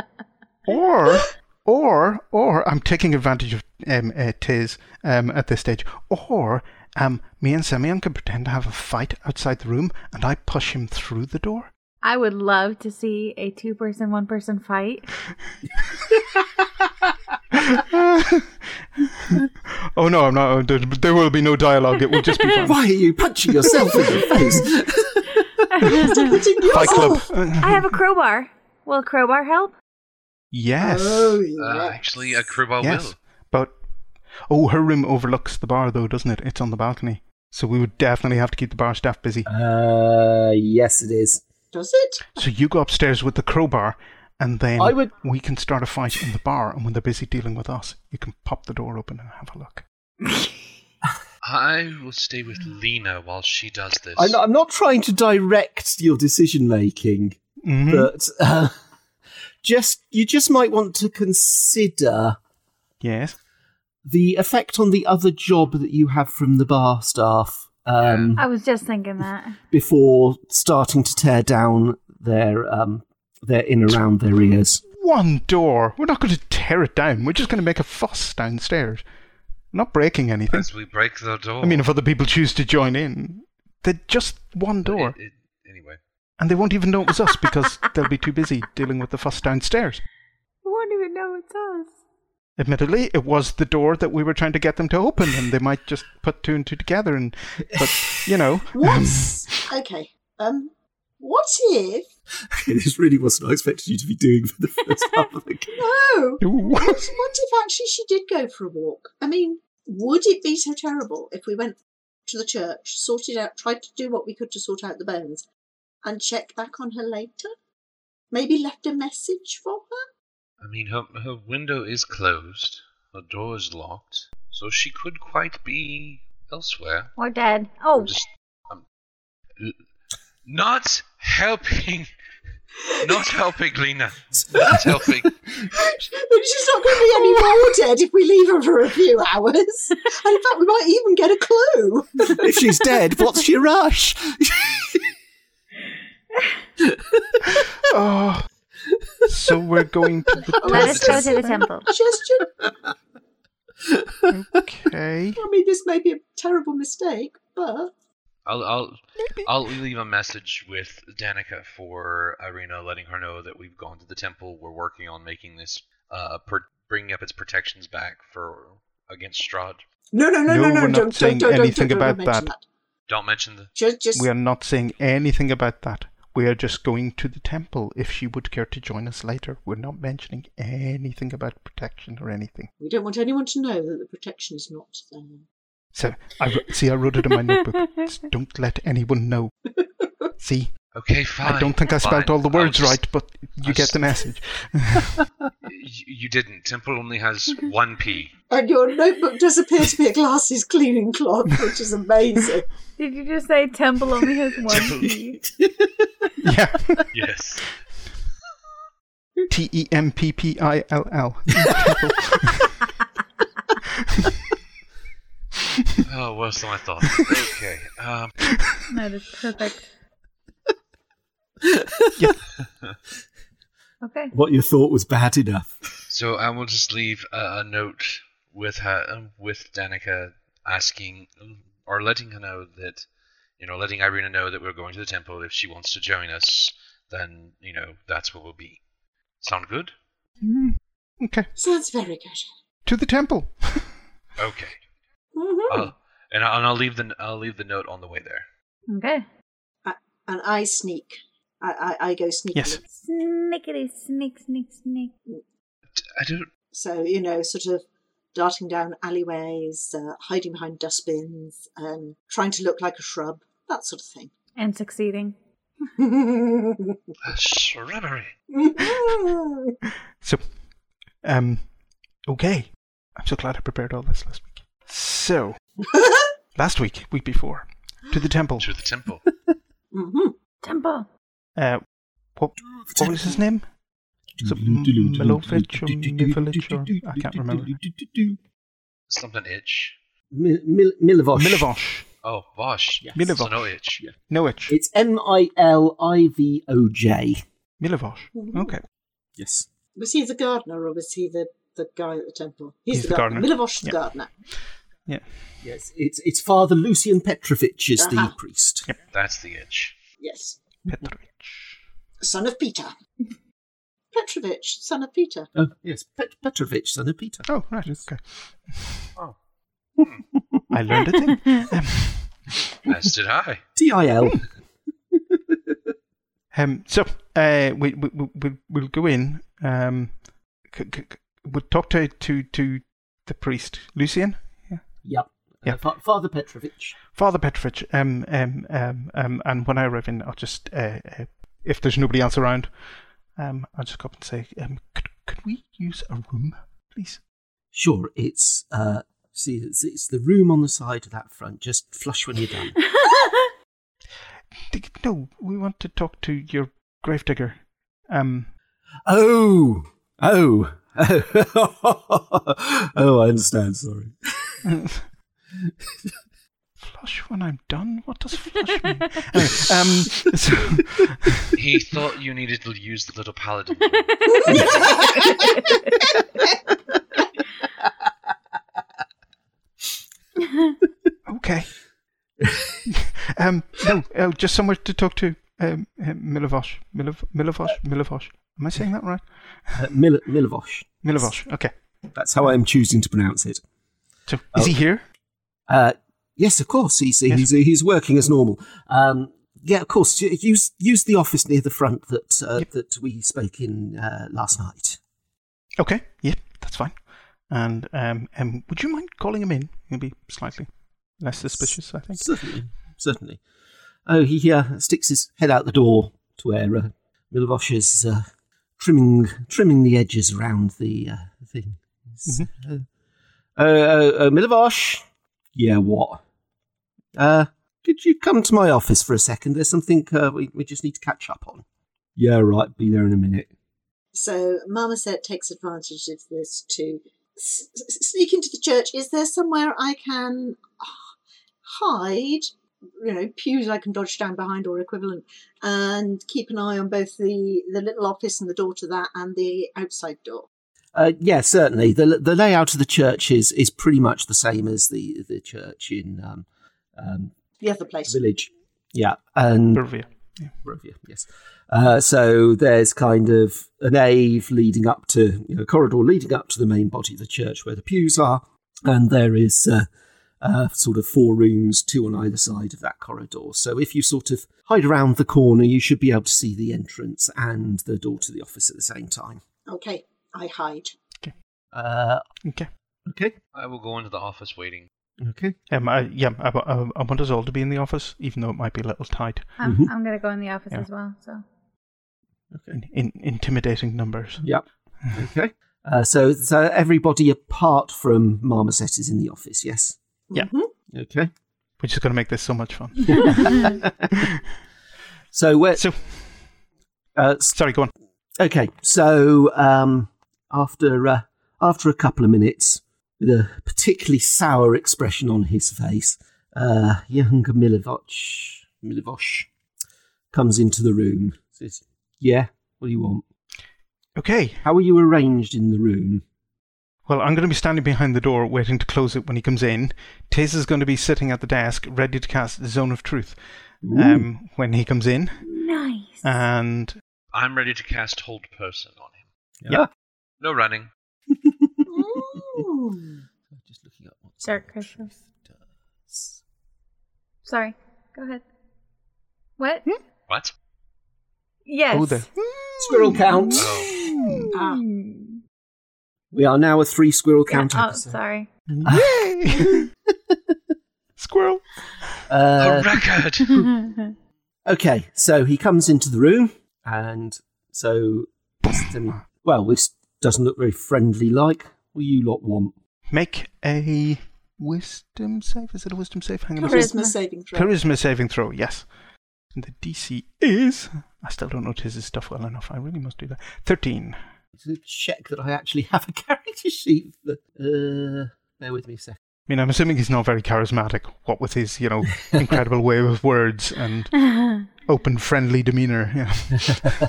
S3: or, or, or, I'm taking advantage of um, uh, Tiz um, at this stage. Or, um, me and Semyon can pretend to have a fight outside the room, and I push him through the door.
S5: I would love to see a two person, one person fight.
S3: Oh no, I'm not. There, there will be no dialogue. It will just be fun.
S2: Why are you punching yourself in the face?
S6: Putting
S3: Fight Club.
S6: yourself-
S5: I have a crowbar. Will a crowbar help?
S3: yes.
S6: Oh, yes.
S4: Uh, actually, a crowbar
S3: yes. But oh, her room overlooks the bar, though, doesn't it? It's on the balcony, so we would definitely have to keep the bar staff busy.
S2: Uh, yes, it is.
S6: Does it?
S3: So you go upstairs with the crowbar, and then
S2: I would-
S3: we can start a fight in the bar. And when they're busy dealing with us, you can pop the door open and have a look.
S4: will. I will stay with Lena while she does this.
S2: I'm not, I'm not trying to direct your decision making,
S3: Mhm.
S2: but uh, just you just might want to consider
S3: yes.
S2: the effect on the other job that you have from the bar staff um,
S5: I was just thinking
S2: Oh.
S5: that.
S2: before starting to tear down their um, their in around their ears.
S3: One door. We're not going to tear it down. We're just going to make a fuss downstairs. not breaking anything.
S4: As we break the door.
S3: I mean, if other people choose to join in, they're just one door.
S4: It- it- anyway,
S3: And they won't even know it was us because they'll be too busy dealing with the fuss downstairs.
S5: I won't even know it's us.
S3: Admittedly, it was the door that we were trying to get them to open, and they might just put two and two together. And but you know,
S6: What's okay? Um, what if?
S2: this really wasn't I expected you to be doing for the first half of the game.
S6: No.
S3: Ooh.
S6: What, what if actually she did go for a walk? I mean, would it be so terrible if we went to the church, sorted out, tried to do what we could to sort out the bones, and checked back on her later? Maybe left a message for her.
S4: I mean her her window is closed. Her door is locked, so she could quite be elsewhere.
S5: We're dead. Oh,
S4: I'm just- I'm- l- not helping. Not helping, Lena. Not helping.
S6: But she's not going to be any more dead if we leave her for a few hours. And in fact, we might even get a clue.
S2: if she's dead, what's your rush?
S3: oh. So we're going to the
S5: let us go
S3: test.
S5: to the temple.
S6: Suggestion.
S3: Okay.
S6: I mean, this may be a terrible mistake, but
S4: I'll I'll I'll leave a message with Danica for Irina, letting her know that we've gone to the temple. We're working on making this uh per- bringing up its protections back for against Strahd.
S6: no, no,
S3: No,
S6: no, no,
S3: we're
S6: no.
S3: not
S6: Don't, don't,
S3: saying
S6: don't, don't,
S3: anything
S6: don't, don't
S3: about
S6: mention
S3: that.
S4: Don't mention the.
S6: Just, just
S3: We are not saying anything about that. We are just going to the temple if she would care to join us later. We're not mentioning anything about protection or anything.
S6: We don't want anyone to know that the protection is not there.
S3: So I wr- see. I wrote it in my notebook. It's don't let anyone know. See,
S4: Okay, fine.
S3: I don't think I spelt
S4: fine.
S3: all the
S4: I'll
S3: words
S4: just-
S3: right, but you
S4: I'll
S3: get
S4: just-
S3: the message.
S4: y- You didn't. Temple only has one P.
S6: And your notebook does appear to be a glasses cleaning cloth, which is amazing.
S5: Did you just say temple only has one key?
S3: yeah,
S4: Yes.
S3: T E M P P I L L.
S4: Oh, worse than I thought. Okay. Um,
S5: That is perfect. Okay.
S2: What you thought was bad enough.
S4: So I will just leave a, a note with her, um, with Danica, asking or letting her know that, you know, letting Irina know that we're going to the temple. If she wants to join us, then you know that's where we'll be. Sound good?
S3: Okay,
S6: Sounds very good.
S3: to the temple.
S4: Okay.
S6: hmm
S4: I'll, and, I, and I'll leave the I'll leave the note on the way there.
S5: Okay.
S6: and I sneak. I, I, I go sneakily.
S3: Yes.
S5: Snickety, snick, snick, snick.
S4: D- I don't.
S6: So, you know, sort of darting down alleyways, uh, hiding behind dustbins, um, trying to look like a shrub, that sort of thing. Mm-hmm.
S5: And succeeding.
S4: A shrubbery.
S3: So, um, okay. I'm so glad I prepared all this last week. So, last week, week before, to the temple.
S4: To the temple.
S6: Mhm.
S5: Temple.
S3: Uh, what, what was his name? Is it M- Milovic or Mivilic or I can't remember.
S4: Something itch.
S2: Mil- Mil- Milivosh.
S3: Milivosh.
S4: Oh, Vosh.
S2: Yes.
S4: So
S3: Milivosh.
S4: no itch.
S3: Noich.
S2: It's M I L I V O J.
S3: Milivosh. Okay.
S2: Yes.
S6: was he the gardener or was he the, the guy at the temple?
S3: He's the gardener.
S6: Milivosh the
S3: Yeah.
S6: gardener.
S3: Yeah.
S2: Yes. It's it's Father Lucian Petrovich is the
S6: Aha.
S2: priest.
S4: That's the itch.
S6: Yes.
S3: Petrovich.
S6: Son of Peter. Petrovich, son of Peter.
S2: Oh yes, Pet- Petrovich, son of Peter.
S3: Oh, right. Okay.
S4: Oh,
S3: I learned a thing. Um,
S4: as did I.
S2: T I L.
S3: Um, so uh, we, we we we- we'll go in. Um, c- c- c- we'll talk to to to the priest Lucian,
S2: Yep.
S3: Yeah.
S2: Uh, Fa- Father Petrovich.
S3: Father Petrovich. Um, um, um, um, and when I arrive in, I'll just uh, uh, if there's nobody else around, um, I'll just go up and say, um, could could we use a room, please?
S2: Sure, it's uh, see, it's, it's the room on the side of that front. Just flush when you're done.
S3: D- No, we want to talk to your gravedigger. Um,
S2: oh, oh, oh! I understand. Sorry.
S3: flush when I'm done. What does flush mean? Anyway, um, so-
S4: He thought you needed to use the little paladin. rule.
S3: Okay. um, no, uh, just somewhere to talk to. Um, uh, Milivosh. Milov- Milivosh. Milivosh. Am I saying that right?
S2: Uh, Mil- Milivosh.
S3: Milivosh. Okay.
S2: That's how I am choosing to pronounce it.
S3: So, is he
S2: Oh.
S3: here?
S2: Uh, yes, of course. He's
S3: Yes.
S2: he's, he's working as normal. Um, yeah, of course. y- Use use the office near the front that uh,
S3: Yep.
S2: that we spoke in uh, last night.
S3: Okay. Yeah, that's fine. And um, um, would you mind calling him in? He'll be slightly less suspicious, I think.
S2: Certainly, certainly. Oh, he uh, sticks his head out the door to where uh, Milivosh is uh, trimming trimming the edges around the uh, thing.
S3: Mhm.
S2: Uh, uh, uh, Milivosh. Yeah, what? Uh, could you come to my office for a second? There's something uh, we we just need to catch up on. Yeah, right. Be there in a minute.
S6: So Marmoset takes advantage of this to s- s- sneak into the church. Is there somewhere I can h- hide? You know, pews I can dodge down behind or equivalent, and keep an eye on both the the little office and the door to that, and the outside door.
S2: Uh, yeah, certainly. the The layout of the church is, is pretty much the same as the the church in um, um,
S6: The other place.
S2: village. Yeah, and
S3: Barovia.
S2: Barovia, yes. Uh, so there's kind of a nave leading up to you know, a corridor leading up to the main body of the church where the pews are, and there is uh, uh, sort of four rooms, two on either side of that corridor. So if you sort of hide around the corner, you should be able to see the entrance and the door to the office at the same time.
S6: Okay, I hide.
S2: Uh,
S3: Okay.
S2: okay,
S4: I will go into the office waiting.
S2: okay.
S3: Um, I, yeah, I, wa- I, I want us all to be in the office, even though it might be a little tight.
S5: I'm,
S2: Mhm.
S5: I'm gonna go in the office
S3: Mm-hmm. Yeah.
S5: as well. So
S3: In, in intimidating numbers.
S2: Yep. okay. Uh, so, so everybody apart from Marmoset is in the office. Yes.
S3: Yeah.
S6: Mhm.
S2: Okay.
S3: Which is going to make this so much fun.
S2: So where?
S3: So,
S2: uh, s-
S3: sorry, go on.
S2: Okay, so um, after uh, after a couple of minutes, with a particularly sour expression on his face, uh, young Milivoch Milivosh comes into the room. Says, "Yeah, what do you want?
S3: Okay.
S2: How are you arranged in the room?"
S3: Well, I'm going to be standing behind the door waiting to close it when he comes in. Tiz is going to be sitting at the desk ready to cast Zone of Truth um, when he comes in.
S5: nice.
S3: Uh, And
S4: I'm ready to cast Hold Person on him.
S2: yeah.
S4: No running.
S6: Mm.
S2: Just looking up what
S5: Dark crystal. Sorry. Go ahead. What?
S4: What?
S5: Yes.
S3: Hmm? oh, there.
S2: Squirrel count.
S4: Oh,
S6: Ah,
S5: Hmm.
S2: We are now a three squirrel
S5: Yeah,
S2: count
S5: oh,
S2: episode.
S5: sorry.
S3: Yay! Squirrel.
S2: Uh,
S4: a record!
S5: oh
S2: Okay, so he comes into the room, and so Mr. well, this doesn't look very friendly. Like, what you lot want?
S3: Make a wisdom save. Is it a wisdom save? Hang on. a second.
S5: Charisma.
S6: Charisma saving throw.
S3: Charisma saving throw, yes. And the DC is. I still don't know his stuff well enough. I really must do that. 13.
S2: To check that I actually have a character sheet. That, uh, bear with me a second.
S3: I mean, I'm assuming he's not very charismatic, what with his, you know, incredible way of words and open, friendly demeanor. Yeah.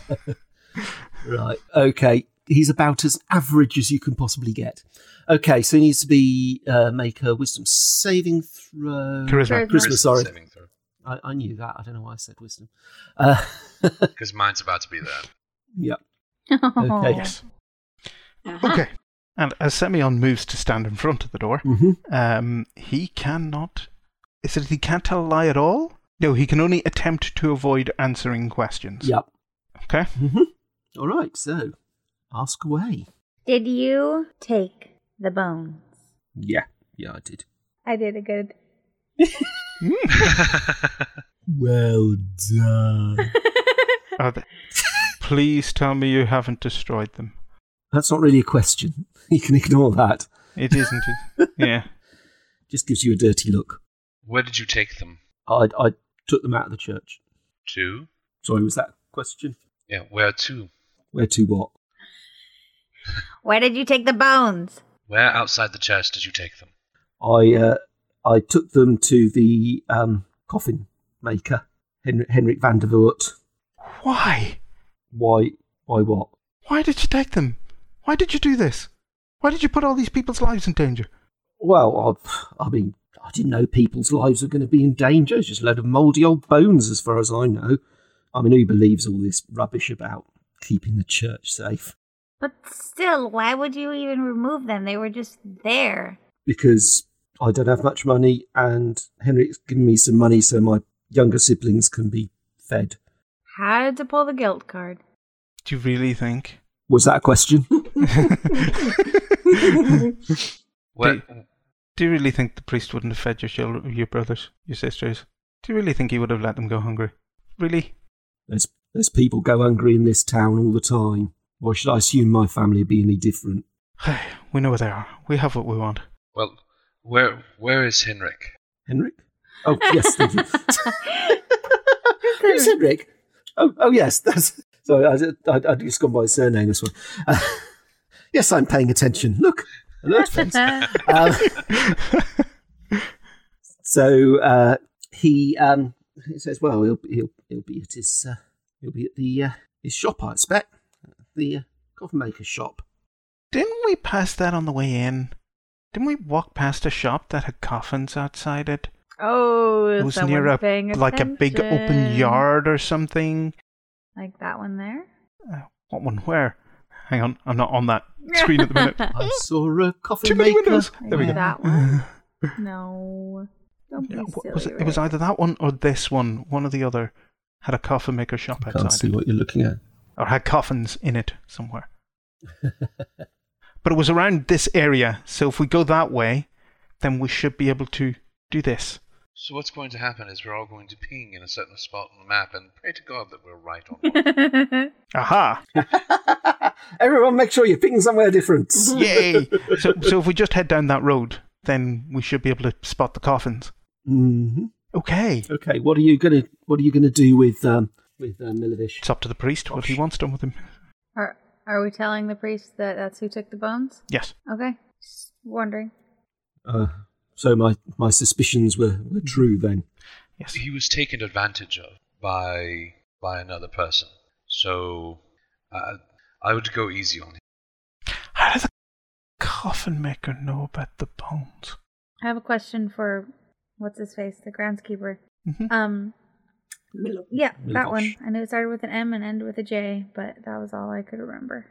S2: Right. Okay. He's about as average as you can possibly get. Okay, so he needs to be uh, make a wisdom saving throw.
S5: Charisma.
S3: Charisma.
S2: Charisma, sorry.
S4: Saving throw.
S2: I, I knew that. I don't know why I said wisdom. Uh,
S4: Because mine's about to be there.
S2: yeah.
S5: Oh.
S2: Yes.
S6: Uh-huh.
S3: Okay. And as Semyon moves to stand in front of the door,
S2: hmm
S3: um, he cannot. Is it he can't tell a lie at all? No, he can only attempt to avoid answering questions.
S2: Yep.
S3: Okay.
S2: hmm All right. So, ask away.
S5: Did you take the bones?
S2: Yeah. Yeah, I did.
S5: I did a good.
S2: Well done.
S3: Are they- Please tell me you haven't destroyed them.
S2: That's not really a question. You can ignore that.
S3: It isn't. it- yeah.
S2: Just gives you a dirty look.
S4: Where did you take them
S2: I, I took them out of the church.
S4: to?
S2: Sorry, was that a question?
S4: Yeah, where to?
S2: Where to what?
S5: Where did you take the bones?
S4: Where outside the church did you take them?
S2: I uh, I took them to the um, coffin maker, Hen- Henrik van der Voort.
S3: Why?
S2: Why? Why what?
S3: Why did you take them? Why did you do this? Why did you put all these people's lives in danger?
S2: Well, I, I mean, I didn't know people's lives were going to be in danger. It's just a load of mouldy old bones, as far as I know. I mean, who believes all this rubbish about keeping the church safe?
S5: But still, why would you even remove them? They were just there.
S2: Because I don't have much money, and Henrik's given me some money so my younger siblings can be fed.
S5: How to pull the guilt card?
S3: Do you really think?
S2: Was that a question?
S4: Where,
S3: Do you really think the priest wouldn't have fed your children, your brothers, your sisters? Do you really think he would have let them go hungry? Really?
S2: There's there's people go hungry in this town all the time. Why should I assume my family would be any different?
S3: we know where they are. We have what we want.
S4: well, where where is Henrik?
S2: Henrik? Oh yes, thank you. Who's Henrik? Oh oh yes, that's sorry. I, I, I just gone by his surname this one. Uh, yes, I'm paying attention. Look, alert friends. Um, so uh, he um, he says, well, he'll he'll he'll be at his uh, he'll be at the uh, his shop, I expect, the uh, coffin maker's shop.
S3: Didn't we pass that on the way in? Didn't we walk past a shop that had coffins outside it?
S5: oh,
S3: It was near a like a big open yard or something.
S5: Like that one there?
S3: Uh, what one? Where? Hang on, I'm not on that screen at the minute.
S2: I saw a coffin
S3: Too many
S2: maker.
S3: windows. There we go.
S5: That one? No. Don't be
S3: Yeah,
S5: silly.
S3: what was it? it was either that one or this one. One or the other had a coffin maker shop outside.
S2: Can't see
S3: it.
S2: what you're looking at.
S3: or had coffins in it somewhere. but it was around this area, so if we go that way, then we should be able to do this.
S4: So what's going to happen is we're all going to ping in a certain spot on the map, and pray to God that we're right on. one.
S5: Right.
S3: Aha!
S2: Everyone, make sure you're picking somewhere different.
S3: Mm-hmm. Yay! so, so if we just head down that road, then we should be able to spot the coffins.
S2: hmm
S3: Okay.
S2: Okay, what are you gonna What are you gonna do with um, with uh, Milovic?
S3: It's up to the priest what he wants done with him.
S5: Are, are we telling the priest that that's who took the bones?
S3: Yes.
S5: Okay. Just wondering.
S2: Uh, so my my suspicions were, were true then.
S3: Yes.
S4: He was taken advantage of by by another person. So uh, I would go easy on him.
S3: How does the coffin maker know about the bones?
S5: I have a question for what's his face, the groundskeeper.
S3: Mhm.
S5: Um,
S6: Milo-
S5: yeah, that one.
S2: Milbosh.
S5: I knew it started with an M and ended with a J, but that was all I could remember.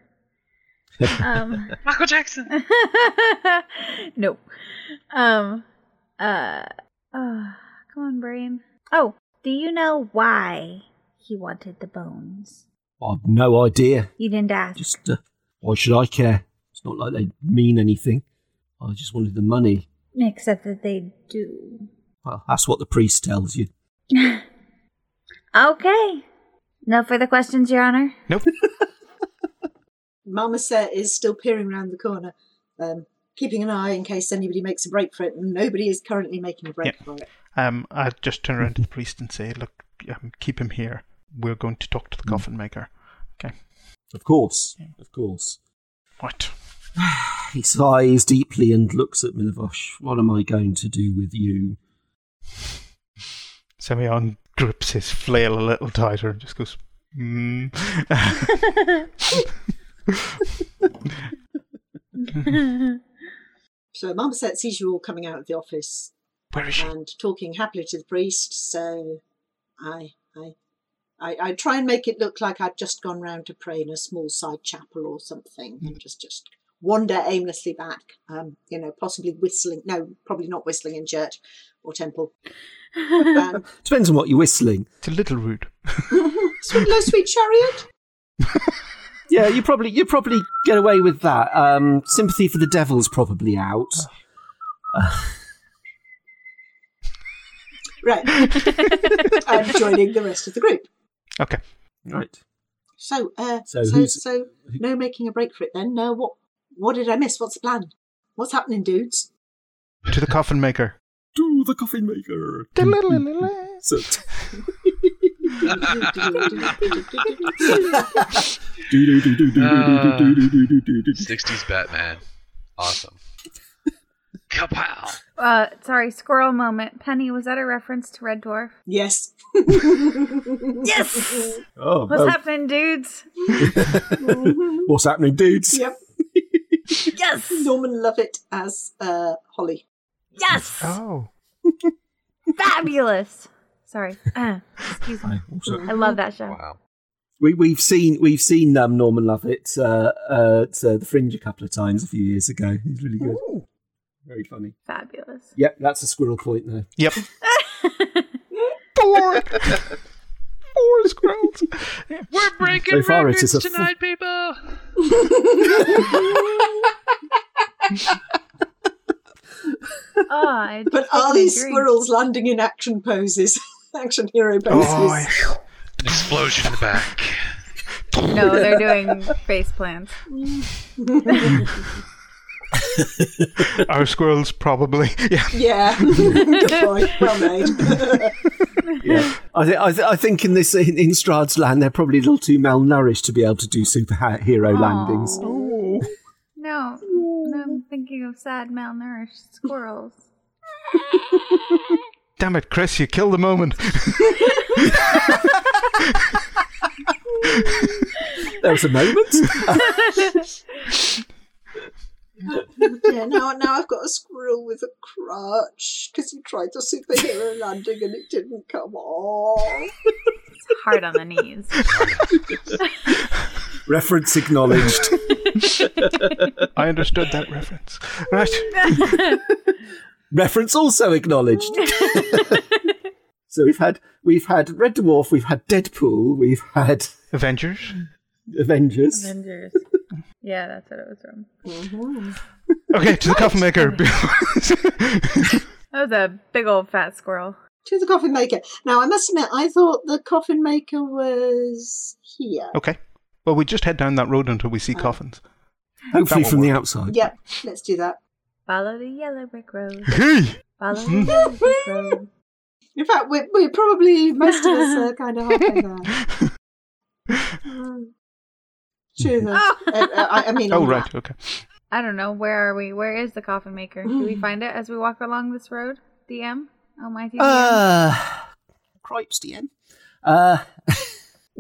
S5: um,
S4: Michael Jackson.
S5: no. Um. Uh. Oh, come on, brain. Oh, do you know why he wanted the bones?
S2: I've no idea.
S5: You didn't ask.
S2: Just uh, why should I care? It's not like they mean anything. I just wanted the money.
S5: Except that they do.
S2: Well, that's what the priest tells you.
S5: Okay. No further questions, Your Honor.
S3: Nope.
S6: Marmoset is still peering round the corner, um, keeping an eye in case anybody makes a break for it, and nobody is currently making a break
S3: Yeah.
S6: for it.
S3: Um, I just turn around to the priest and say, "Look, um, keep him here. We're going to talk to the coffin maker." Okay.
S2: Of course, of course.
S3: What?
S2: He sighs deeply and looks at Milivosh. What am I going to do with you?
S3: Semyon grips his flail a little tighter and just goes, mm.
S6: So Marmoset sees you all coming out of the office
S3: "Where is she?"
S6: and talking happily to the priest. So, I, I, I, I try and make it look like I've just gone round to pray in a small side chapel or something, and just just wander aimlessly back. Um, you know, possibly whistling. No, probably not whistling in church or temple. Um,
S2: Depends on what you're whistling.
S3: It's a little rude.
S6: Swallow, sweet chariot.
S2: Yeah, you probably you probably get away with that. Um, sympathy for the devil's probably out.
S6: Right. I'm joining the rest of the group.
S3: Okay.
S2: Right.
S6: So, uh,
S2: So
S6: so, so,
S2: who's-
S6: no making a break for it then. No, what, what did I miss? What's the plan? What's happening, dudes?
S3: To the coffin maker.
S2: Do the coffin maker. So,
S4: Uh, Sixties Batman. Awesome. Kapow!
S5: Uh, sorry, squirrel moment. Penny, was that a reference to Red Dwarf?
S6: yes.
S5: Yes!
S2: oh,
S5: What's
S2: oh,
S5: happening, dudes?
S2: what's happening, dudes?
S6: Yep.
S5: Yes!
S6: Norman Lovett as uh, Holly.
S5: Yes!
S3: Oh.
S5: Fabulous! Sorry. Uh, excuse me.
S2: I also-
S5: I love that show.
S4: Wow.
S2: we, we've seen we've seen um, Norman Lovett uh, uh, at uh, the Fringe a couple of times a few years ago. He's really good. Very funny.
S5: Fabulous.
S2: Yep, that's a squirrel point there.
S3: Yep. Four. Four squirrels.
S4: We're
S2: So
S4: breaking
S2: far, it
S4: records
S2: is a full-
S4: tonight, people.
S5: Oh, I
S6: But
S5: just
S6: are
S5: had a
S6: these
S5: dream.
S6: squirrels landing in action poses? action hero poses?
S3: Oh, yeah.
S4: An explosion in the back.
S5: No, they're doing face plants.
S3: Our squirrels probably. Yeah.
S6: Yeah. Good boy. Well made.
S2: Yeah, I, th- I, th- I think in this in, in Strad's land they're probably a little too malnourished to be able to do superhero landings.
S3: Oh.
S5: No, no, I'm thinking of sad, malnourished squirrels.
S3: Damn it, Chris! You killed the moment.
S2: There was a moment.
S6: yeah, now, now I've got a squirrel with a crutch because you tried the superhero landing and it didn't come off.
S5: It's hard on the knees.
S2: Reference acknowledged.
S3: I understood that reference. Right.
S2: Reference also acknowledged. so we've had we've had Red Dwarf, we've had Deadpool, we've had
S3: Avengers.
S2: Avengers.
S5: Avengers. Yeah, that's what it was from.
S2: Mm-hmm.
S3: Okay, to the coffin maker.
S5: That was a big old fat squirrel.
S6: To the coffin maker. Now, I must admit, I thought the coffin maker was here.
S3: okay. Well, we just head down that road until we see coffins.
S2: Hopefully
S3: That
S2: from
S3: one
S2: the
S3: worked.
S2: outside.
S6: Yep, let's do that.
S5: Follow the yellow brick road.
S3: Hey.
S5: Follow the yellow brick road.
S6: In fact, we're, we're probably, most of us are kind of halfway there. Um, True
S2: Mm-hmm.
S6: that. Uh, uh, I, I mean,
S3: Oh
S6: on
S3: right.
S6: that.
S3: Okay.
S5: I don't know. Where are we? Where is the coffin maker? Do
S6: Mm.
S5: we find it as we walk along this road? DM? Oh, my DM.
S2: Uh Cripes DM. Uh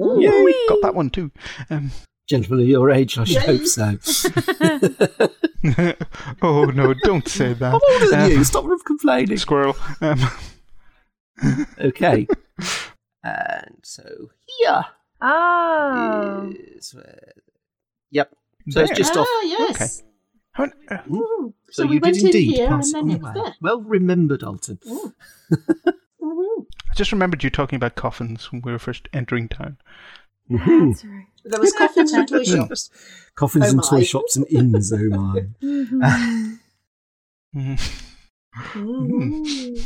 S3: Ooh, got that one too. Um,
S2: gentlemen of your age, I should hope so.
S3: oh no! Don't say that.
S2: I'm older than
S3: Um,
S2: you, stop complaining.
S3: Squirrel. Um,
S2: Okay. and so here
S5: Oh.
S2: is where Yep. So it's
S3: There.
S2: just off.
S6: Um. Ah, yes.
S3: how- uh,
S6: Ooh.
S2: So,
S6: So, we
S2: you
S6: went
S2: did
S6: in
S2: indeed
S6: here and
S2: pass it
S6: then
S2: on the
S6: it's
S2: way.
S6: there.
S2: Well remembered, Alton.
S6: Ooh. Ooh.
S3: I just remembered you talking about coffins when we were first entering town.
S5: That's right.
S6: There was coffins and toy shops.
S2: Mm-hmm. Coffins
S6: Oh
S2: and toy
S6: my.
S2: shops and inns, oh my.
S5: Mhm.
S3: Mhm. Mm-hmm.
S6: Ooh.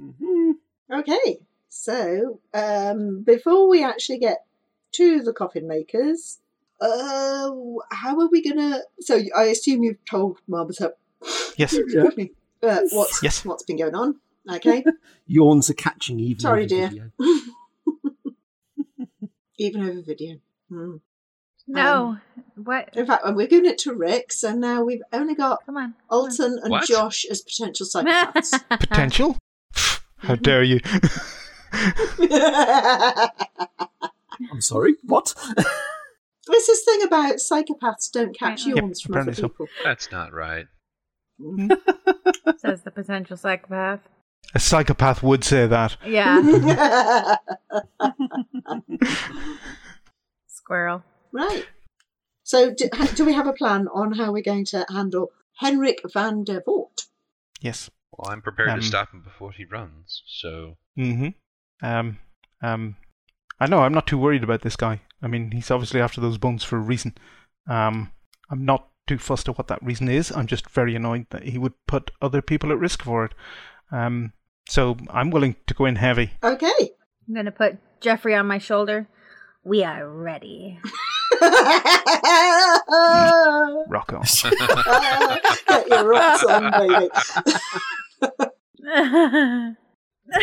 S6: Mm-hmm. Okay, So, um, before we actually get to the coffin makers, uh, how are we gonna? So, I assume you've told Marmaset
S3: Yes.
S2: Yeah.
S6: uh, what's
S3: Yes.
S6: what's been going on. Okay,
S2: Yawns are catching even.
S6: Sorry,
S2: over
S6: dear.
S2: video.
S6: even over video. Hmm. Um,
S5: No. what?
S6: In fact, we're giving it to Rick's, and now we've only got
S5: Come on. come on.
S6: Alton and
S4: What?
S6: Josh as potential psychopaths.
S3: Potential? How dare you?
S2: I'm sorry. What?
S6: There's this thing about psychopaths don't catch
S5: Right,
S3: right.
S6: yawns
S3: Yep,
S6: from other
S3: apparently so.
S6: people.
S4: That's not right.
S5: Says the potential psychopath.
S3: A psychopath would say that.
S6: Mm-hmm.
S5: Yeah. Squirrel.
S6: right. So, do, ha- do we have a plan on how we're going to handle Henrik van der Voort?
S3: Yes.
S4: Well, I'm prepared
S3: Um,
S4: to stop him before he runs. So
S3: Mm-hmm. Um, um, I know. I'm not too worried about this guy. I mean, he's obviously after those bones for a reason. Um, I'm not too fussed at what that reason is. I'm just very annoyed that he would put other people at risk for it. Um, so I'm willing to go in heavy.
S6: Okay.
S5: I'm going to put Jeffrey on my shoulder. We are ready.
S3: Rock on.
S6: Get your rocks on, baby.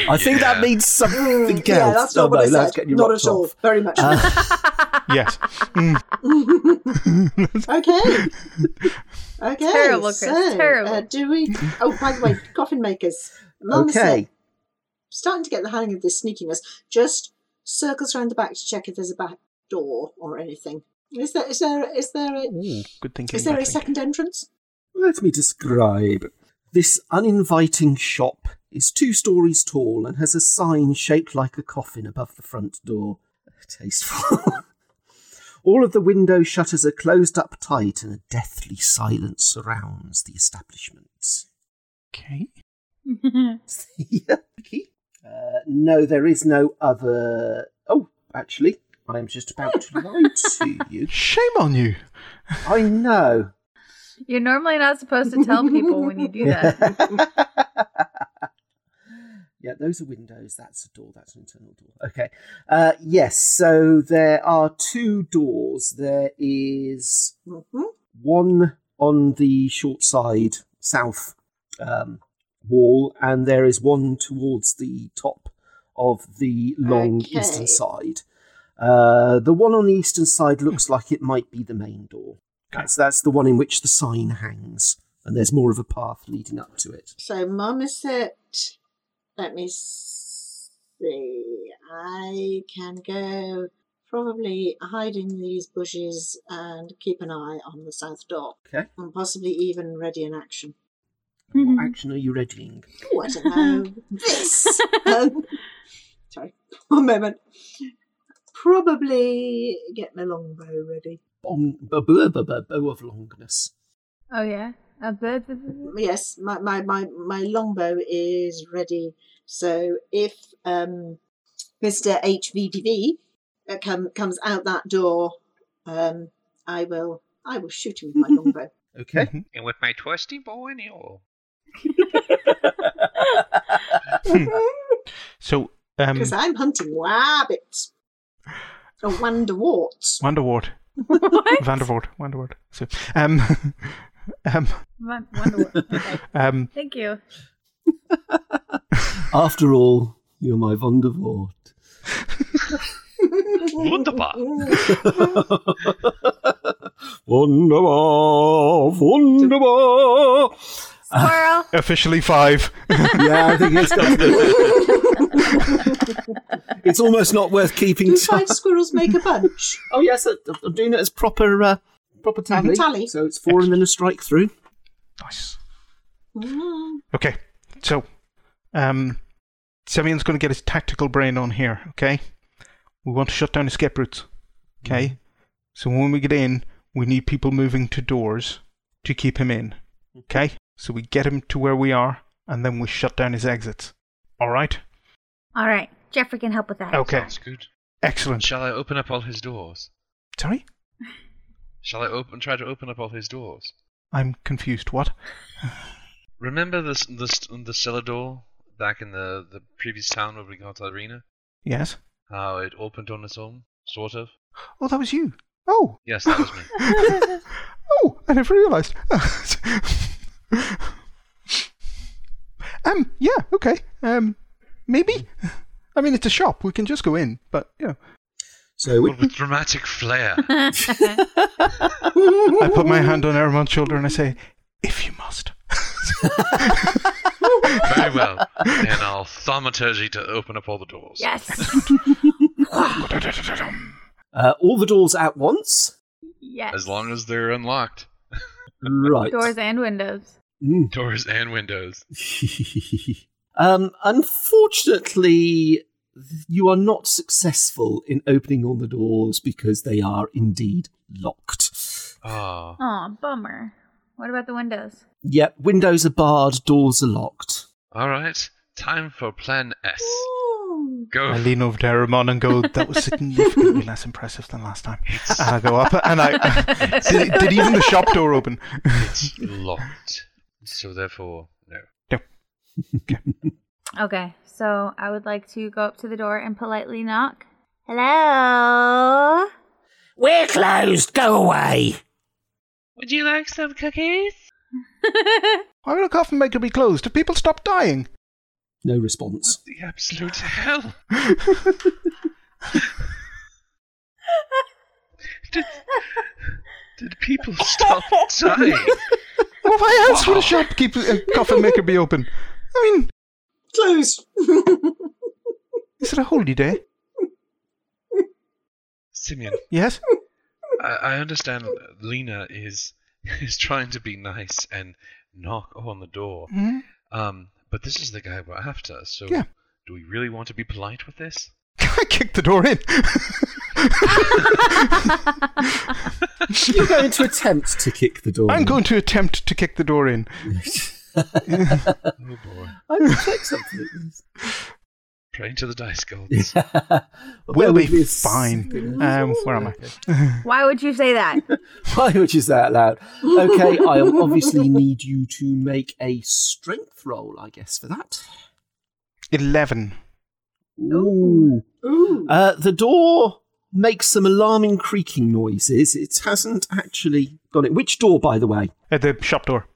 S2: I think that
S4: Yeah.
S2: means something else.
S6: Mm, yeah, that's
S2: Oh,
S6: not what
S2: no,
S6: I
S2: let's
S6: said.
S2: get your
S6: Not
S2: rocks
S6: at all.
S2: off.
S6: Very much
S2: Uh,
S3: yes. Mm.
S6: Okay. Okay.
S5: Terrible, Chris.
S6: So,
S5: Terrible.
S6: Uh, do we? Oh, by the way, coffin makers. Mama
S2: okay.
S6: said, starting to get the hang of this sneakiness. Just circles around the back to check if there's a back door or anything. Is there? Is there? Is there a?
S3: Ooh, good thinking.
S6: Is there a
S3: Patrick.
S6: second entrance?
S2: Let me describe. This uninviting shop is two stories tall and has a sign shaped like a coffin above the front door. Tasteful. All of the window shutters are closed up tight and a deathly silence surrounds the establishment.
S3: Okay.
S2: Yucky. Uh, no, there is no other. Oh, actually, I am just about to lie to you.
S3: Shame on you.
S2: I know.
S5: You're normally not supposed to tell people when you do that.
S2: yeah, those are windows. That's a door. That's an internal door. Okay. Uh, yes. So there are two doors. There is
S6: Mhm.
S2: one on the short side south um, wall, and there is one towards the top of the long
S6: Okay.
S2: eastern side. Uh, the one on the eastern side looks like it might be the main door. That's that's the one in which the sign hangs, and there's more of a path leading up to it.
S6: So, Mama said, let me see. I can go probably hide in these bushes and keep an eye on the south door
S2: Okay.
S6: and possibly even ready an action.
S5: Mm-hmm.
S2: What action are you readying?
S6: Oh, I don't know. this! Um, sorry, one moment. Probably get my longbow ready.
S2: Bong, bu- bu- bu- bu- bow of longness.
S5: Oh, yeah. A bird. with-
S6: Yes, my, my, my, my longbow is ready. So if um, Mr. HVDV uh, come, comes out that door, um, I will I will shoot him with my longbow.
S2: Okay.
S3: Mhm.
S4: and with my twisty biennial.
S3: So, um,
S6: Because I'm hunting rabbits. Or wanderworts.
S3: Wanderwort.
S5: What?
S3: Vandervoort. Vandervoort. So, um, um,
S5: Won- Wonder okay.
S3: um,
S5: Thank you.
S2: After all, you're my von der Voort.
S4: Wunderbar.
S2: wunderbar, wunderbar.
S5: Squirrel.
S3: officially five.
S2: Yeah, I think it's got It's almost not worth keeping
S6: Do
S2: time.
S6: five squirrels make a bunch?
S2: Oh yes, I- I'm doing it as proper uh, proper tally.
S6: Tally.
S2: So it's four and then a strike through.
S3: Nice.
S6: Mm.
S3: Okay. So, um, Semyon's going to get his tactical brain on here. Okay. We want to shut down escape routes. Okay. So when we get in, we need people moving to doors to keep him in. Okay. So we get him to where we are, and then we shut down his exits. All right.
S5: All right. Jeffrey can help with that.
S3: Okay.
S4: Sounds good.
S3: Excellent.
S4: Shall I open up all his doors?
S3: Sorry,
S4: Shall I open? Try to open up all his doors.
S3: I'm confused. What?
S4: Remember this, this the cellar door back in the, the previous town where we got Irina?
S3: Yes.
S4: How it opened on its own, sort of.
S3: Oh, that was you. Oh.
S4: Yes, that was me.
S3: Oh, I never realised. um. Yeah. Okay. Um. Maybe. I mean, it's a shop. We can just go in. But yeah.
S2: So
S4: But
S2: we,
S4: with dramatic flair.
S3: I put my hand on Ermon's shoulder and I say, "If you must."
S4: Very well. And I'll thaumaturgy to open up all the doors.
S5: yes.
S2: uh, all the doors at once.
S5: Yes.
S4: As long as they're unlocked.
S2: Right.
S5: Doors and windows.
S2: Mm.
S4: Doors and windows.
S2: um, unfortunately, you are not successful in opening all the doors because they are indeed locked.
S4: Oh.
S5: Oh, bummer. What about the windows?
S2: Yep, windows are barred, doors are locked.
S4: Alright. Time for plan S.
S6: Ooh.
S3: I
S4: Go.
S3: lean over to Ermon and go, "That was significantly less impressive than last time." And I go up and I did, did even the shop door open.
S4: It's locked. So therefore, no.
S5: Okay, so I would like to go up to the door and politely knock. Hello?
S2: We're closed, go away!
S4: Would you like some cookies?
S3: Why would a coffin maker be closed if people stop dying?
S2: No response.
S4: The absolute hell. did, did people stop dying?
S3: Well, why else would a shopkeeper, a coffin maker be open? I mean,
S6: Closed.
S3: is it a holy day?
S4: Simeon,
S3: Yes.
S4: I, I understand Lena is is trying to be nice and knock on the door.
S3: Hmm?
S4: Um, but this is the guy we're after, so
S3: Yeah.
S4: do we really want to be polite with this?
S3: I kicked the door in.
S2: You're going to attempt to kick the door.
S3: I'm going to attempt to kick the door in.
S4: Oh boy.
S2: I will check something.
S4: Praying to the dice gods.
S3: We'll
S2: Bear with me
S3: be
S2: a
S3: fine. Um, where am I?
S5: Why would you say that?
S2: Why would you say that loud? Okay, I obviously need you to make a strength roll, I guess, for that.
S3: Eleven.
S2: Ooh.
S6: Ooh.
S2: Uh, the door makes some alarming creaking noises. It hasn't actually got it. Which door, by the way?
S3: At the shop door.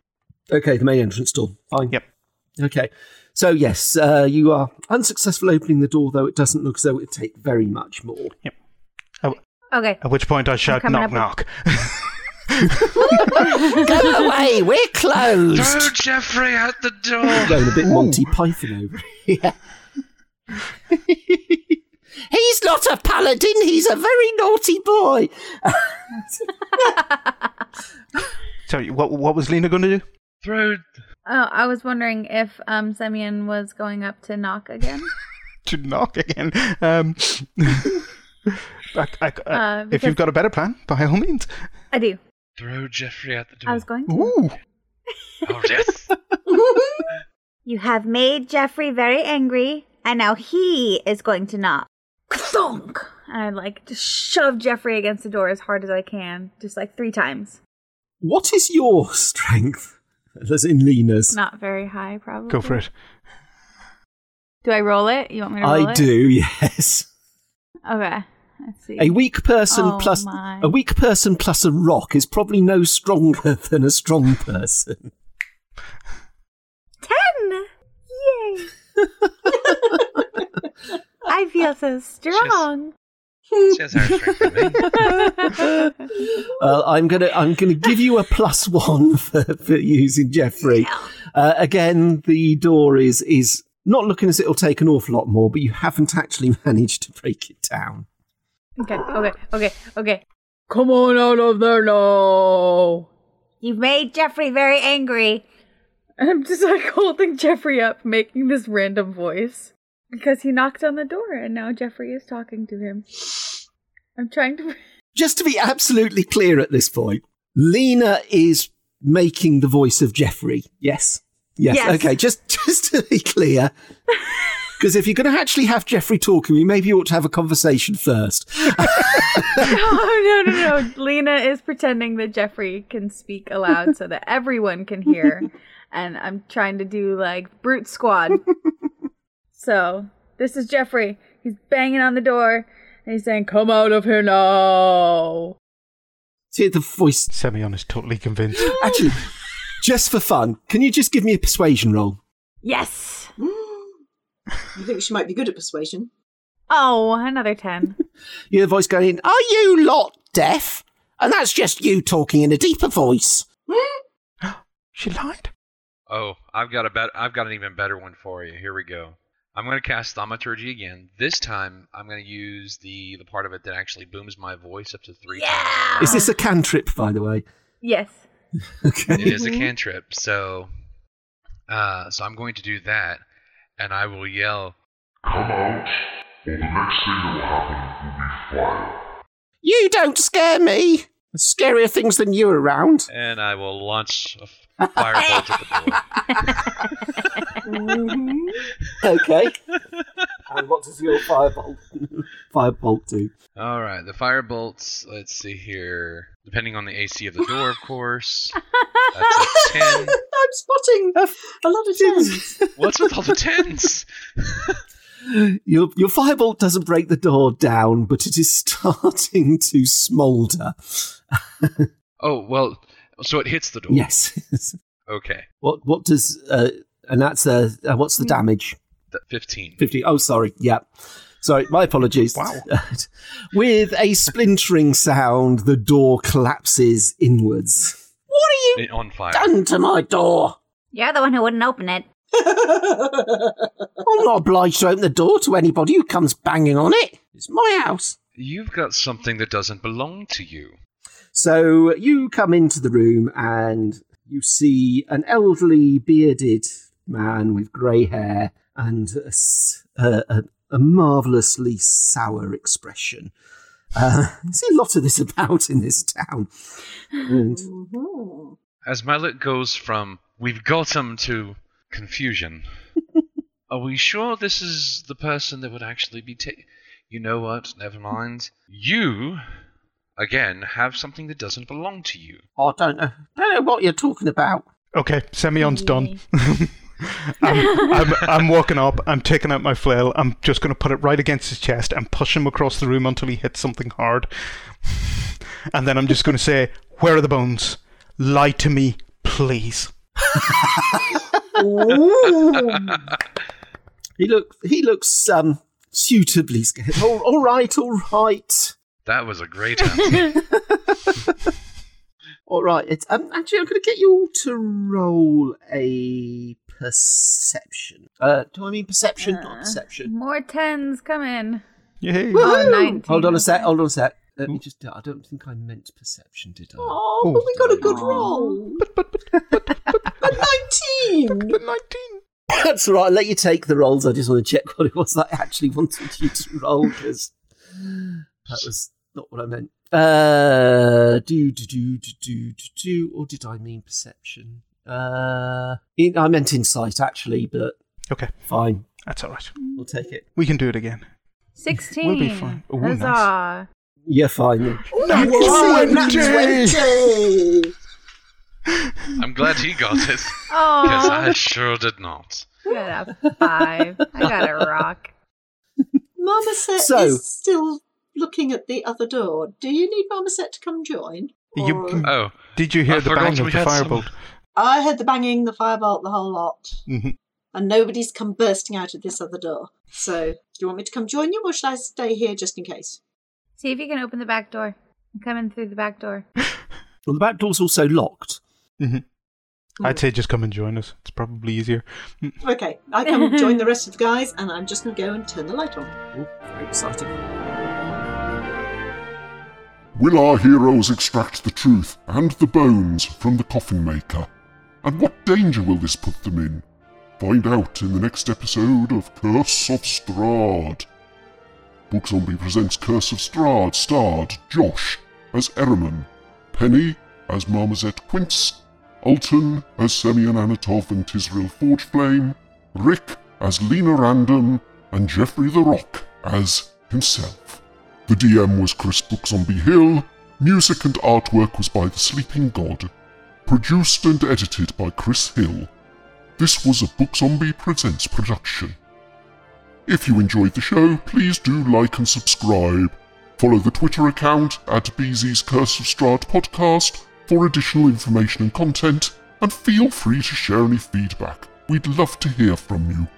S2: Okay, the main entrance door. Fine.
S3: Yep.
S2: Okay. So, yes, uh, you are unsuccessful opening the door, though it doesn't look as though it would take very much more.
S5: Okay.
S3: At which point I shout,
S5: coming up
S3: knock, knock.
S2: Go away, we're
S4: Throw
S2: closed!
S4: Jeffrey out the door!
S2: Going a bit Monty Python over here. he's not a paladin, he's a very naughty boy.
S3: Sorry, what, what was Lena going to do?
S4: Throw.
S5: Oh, I was wondering if um Semyon was going up to knock again.
S3: To knock again. Um, I- I- I-
S5: Uh,
S3: if
S5: because-
S3: you've got a better plan, by all means.
S5: I do.
S4: Throw Jeffrey out the door.
S5: I was going to.
S3: Ooh.
S4: Oh, yes!
S5: You have made Jeffrey very angry, and now he is going to knock. Thunk! And I like just shove Jeffrey against the door as hard as I can, just like three times.
S2: What is your strength? As in Lena's.
S5: Not very high, probably.
S3: Go for it.
S5: Do I roll it? You want me to roll
S2: I
S5: it?
S2: do, yes.
S5: Okay. Let's see.
S2: A weak person
S5: Oh
S2: plus
S5: my.
S2: a weak person plus a rock is probably no stronger than a strong person.
S5: Ten! Yay! I feel so strong.
S4: She has her strength in me.
S2: Uh, I'm gonna I'm gonna give you a plus one for, for using Jeffrey. Uh, again, the door is is not looking as it'll take an awful lot more, but you haven't actually managed to break it down.
S5: Okay, okay, okay, okay. Come on out of there now! You've made Jeffrey very angry. I'm just like holding Jeffrey up, making this random voice. Because he knocked on the door and now Jeffrey is talking to him. I'm trying to.
S2: Just to be absolutely clear at this point, Lena is making the voice of Jeffrey. Yes. Yes.
S5: Yes.
S2: Okay. Just just to be clear. Because if you're going to actually have Jeffrey talking, we maybe ought to have a conversation first.
S5: no, no, no, no. Lena is pretending that Jeffrey can speak aloud so that everyone can hear. And I'm trying to do like brute squad.
S7: So this is Jeffrey. He's banging on the door and he's saying, "Come out of here now!"
S2: See the voice.
S3: Semyon is totally convinced.
S8: Actually, just for fun, can you just give me a persuasion roll?
S5: Yes.
S6: You think she might be good at persuasion?
S5: Oh, another 10.
S2: You hear the voice going,
S8: Are you lot deaf? And that's just you talking in a deeper voice.
S3: she lied.
S4: Oh, I've got a bet. I've got an even better one for you. Here we go. I'm going to cast thaumaturgy again. This time, I'm going to use the the part of it that actually booms my voice up to three times.
S8: Is this a cantrip, by the way?
S7: Yes.
S8: Okay.
S4: It is a cantrip, so uh, so I'm going to do that, and I will yell.
S1: Come out, or the next thing that will happen will be fire.
S8: You don't scare me.
S2: There's scarier things than you around.
S4: and I will launch a f- firebolt at the door.
S2: Okay. and what does your firebolt firebolt do?
S4: All right, the firebolts. Let's see here. Depending on the AC of the door, of course. That's a
S6: I'm
S4: ten.
S6: spotting a lot of tens.
S4: What's with all the tens?
S2: Your your firebolt doesn't break the door down, but it is starting to smoulder.
S4: Oh well, so it hits the door.
S2: Yes.
S4: Okay.
S2: what what does uh, and that's uh, uh, what's the damage?
S4: Th- Fifteen.
S2: Fifty. Oh, sorry. Yeah. Sorry, my apologies.
S3: Wow.
S2: With a splintering sound, the door collapses inwards.
S4: In- On fire.
S8: Done to my door.
S5: You're the one who wouldn't open it.
S8: I'm not obliged to open the door to anybody who comes banging on it. It's my house.
S4: You've got something that doesn't belong to you.
S2: So you come into the room and you see an elderly, bearded man with grey hair and a, s- a- a- a marvellously sour expression. Uh, I see a lot of this about in this town. And
S6: Mhm.
S4: As my look goes from "We've got 'em" to confusion. Are we sure this is the person that would actually be? Ta- you know what? Never mind. You, again, have something that doesn't belong to you.
S2: oh, I don't know. Don't know what you're talking about.
S3: Okay, Semyon's done. I'm, I'm, I'm walking up. I'm taking out my flail. I'm just going to put it right against his chest and push him across the room until he hits something hard. And then I'm just going to say, "Where are the bones? Lie to me, please."
S6: Ooh.
S2: He look. He looks um, suitably scared. All, all right. All right.
S4: That was a great answer.
S2: All right. It's, um, actually, I'm going to get you all to roll a perception. Uh, do I mean perception?
S6: Uh-huh.
S2: Not
S6: Mm-hmm.
S2: perception.
S7: More tens come in.
S3: Yay!
S7: Oh,
S2: Woohoo!
S7: 19,
S2: Hold on a sec.
S7: okay.
S2: Hold on a sec. Let me just. I don't think I meant perception, did I?
S6: oh, but we got a good roll. A 19.
S3: But nineteen.
S2: That's all right. I'll let you take the rolls. I just want to check what it was that I actually wanted you to roll because that was not what I meant. Uh, do do do do do do do, or did I mean perception? Uh, in, I meant insight actually, but
S3: Okay,
S2: fine,
S3: that's all right.
S2: we'll take it.
S3: We can do it again.
S7: 16.
S3: We'll be fine. Ooh, nice.
S7: Huzzah.
S2: Yeah, fine. then.
S6: Twenty.
S4: I'm glad he got it because
S7: Oh,
S4: I sure did not.
S7: I got a five. I got a rock.
S6: Marmoset
S2: So-
S6: is still looking at the other door. Do you need Marmoset to come join?
S3: You-
S6: Or-
S4: Oh,
S3: Did you hear
S4: I
S3: the
S4: forgot
S3: bang of
S4: we
S3: the
S4: had some-
S3: firebolt?
S6: I heard the banging, the firebolt, the whole lot.
S3: Mhm.
S6: And nobody's come bursting out of this other door. So, do you want me to come join you or should I stay here just in case?
S7: See if you can open the back door and come in through the back door.
S2: Well, the back door's also locked.
S3: mm-hmm. I'd say just come and join us. It's probably easier.
S6: Okay, I come join the rest of the guys and I'm just going to go and turn the light on.
S2: Oh, very exciting.
S1: Will our heroes extract the truth and the bones from the coffin maker? And what danger will this put them in? Find out in the next episode of Curse of Strahd. Book Zombie presents Curse of Strahd, starred Josh as Ereman, Penny as Marmoset Quince, Alton as Semyon Anatov and Tisrael Forgeflame, Rick as Lena Random, and Jeffrey the Rock as himself. The DM was Chris Bookzombie Hill. Music and artwork was by The Sleeping God. Produced and edited by Chris Hill. This was a Bookzombie Presents production. If you enjoyed the show, please do like and subscribe. Follow the Twitter account at BZ's Curse of Strahd podcast for additional information and content, and feel free to share any feedback. We'd love to hear from you.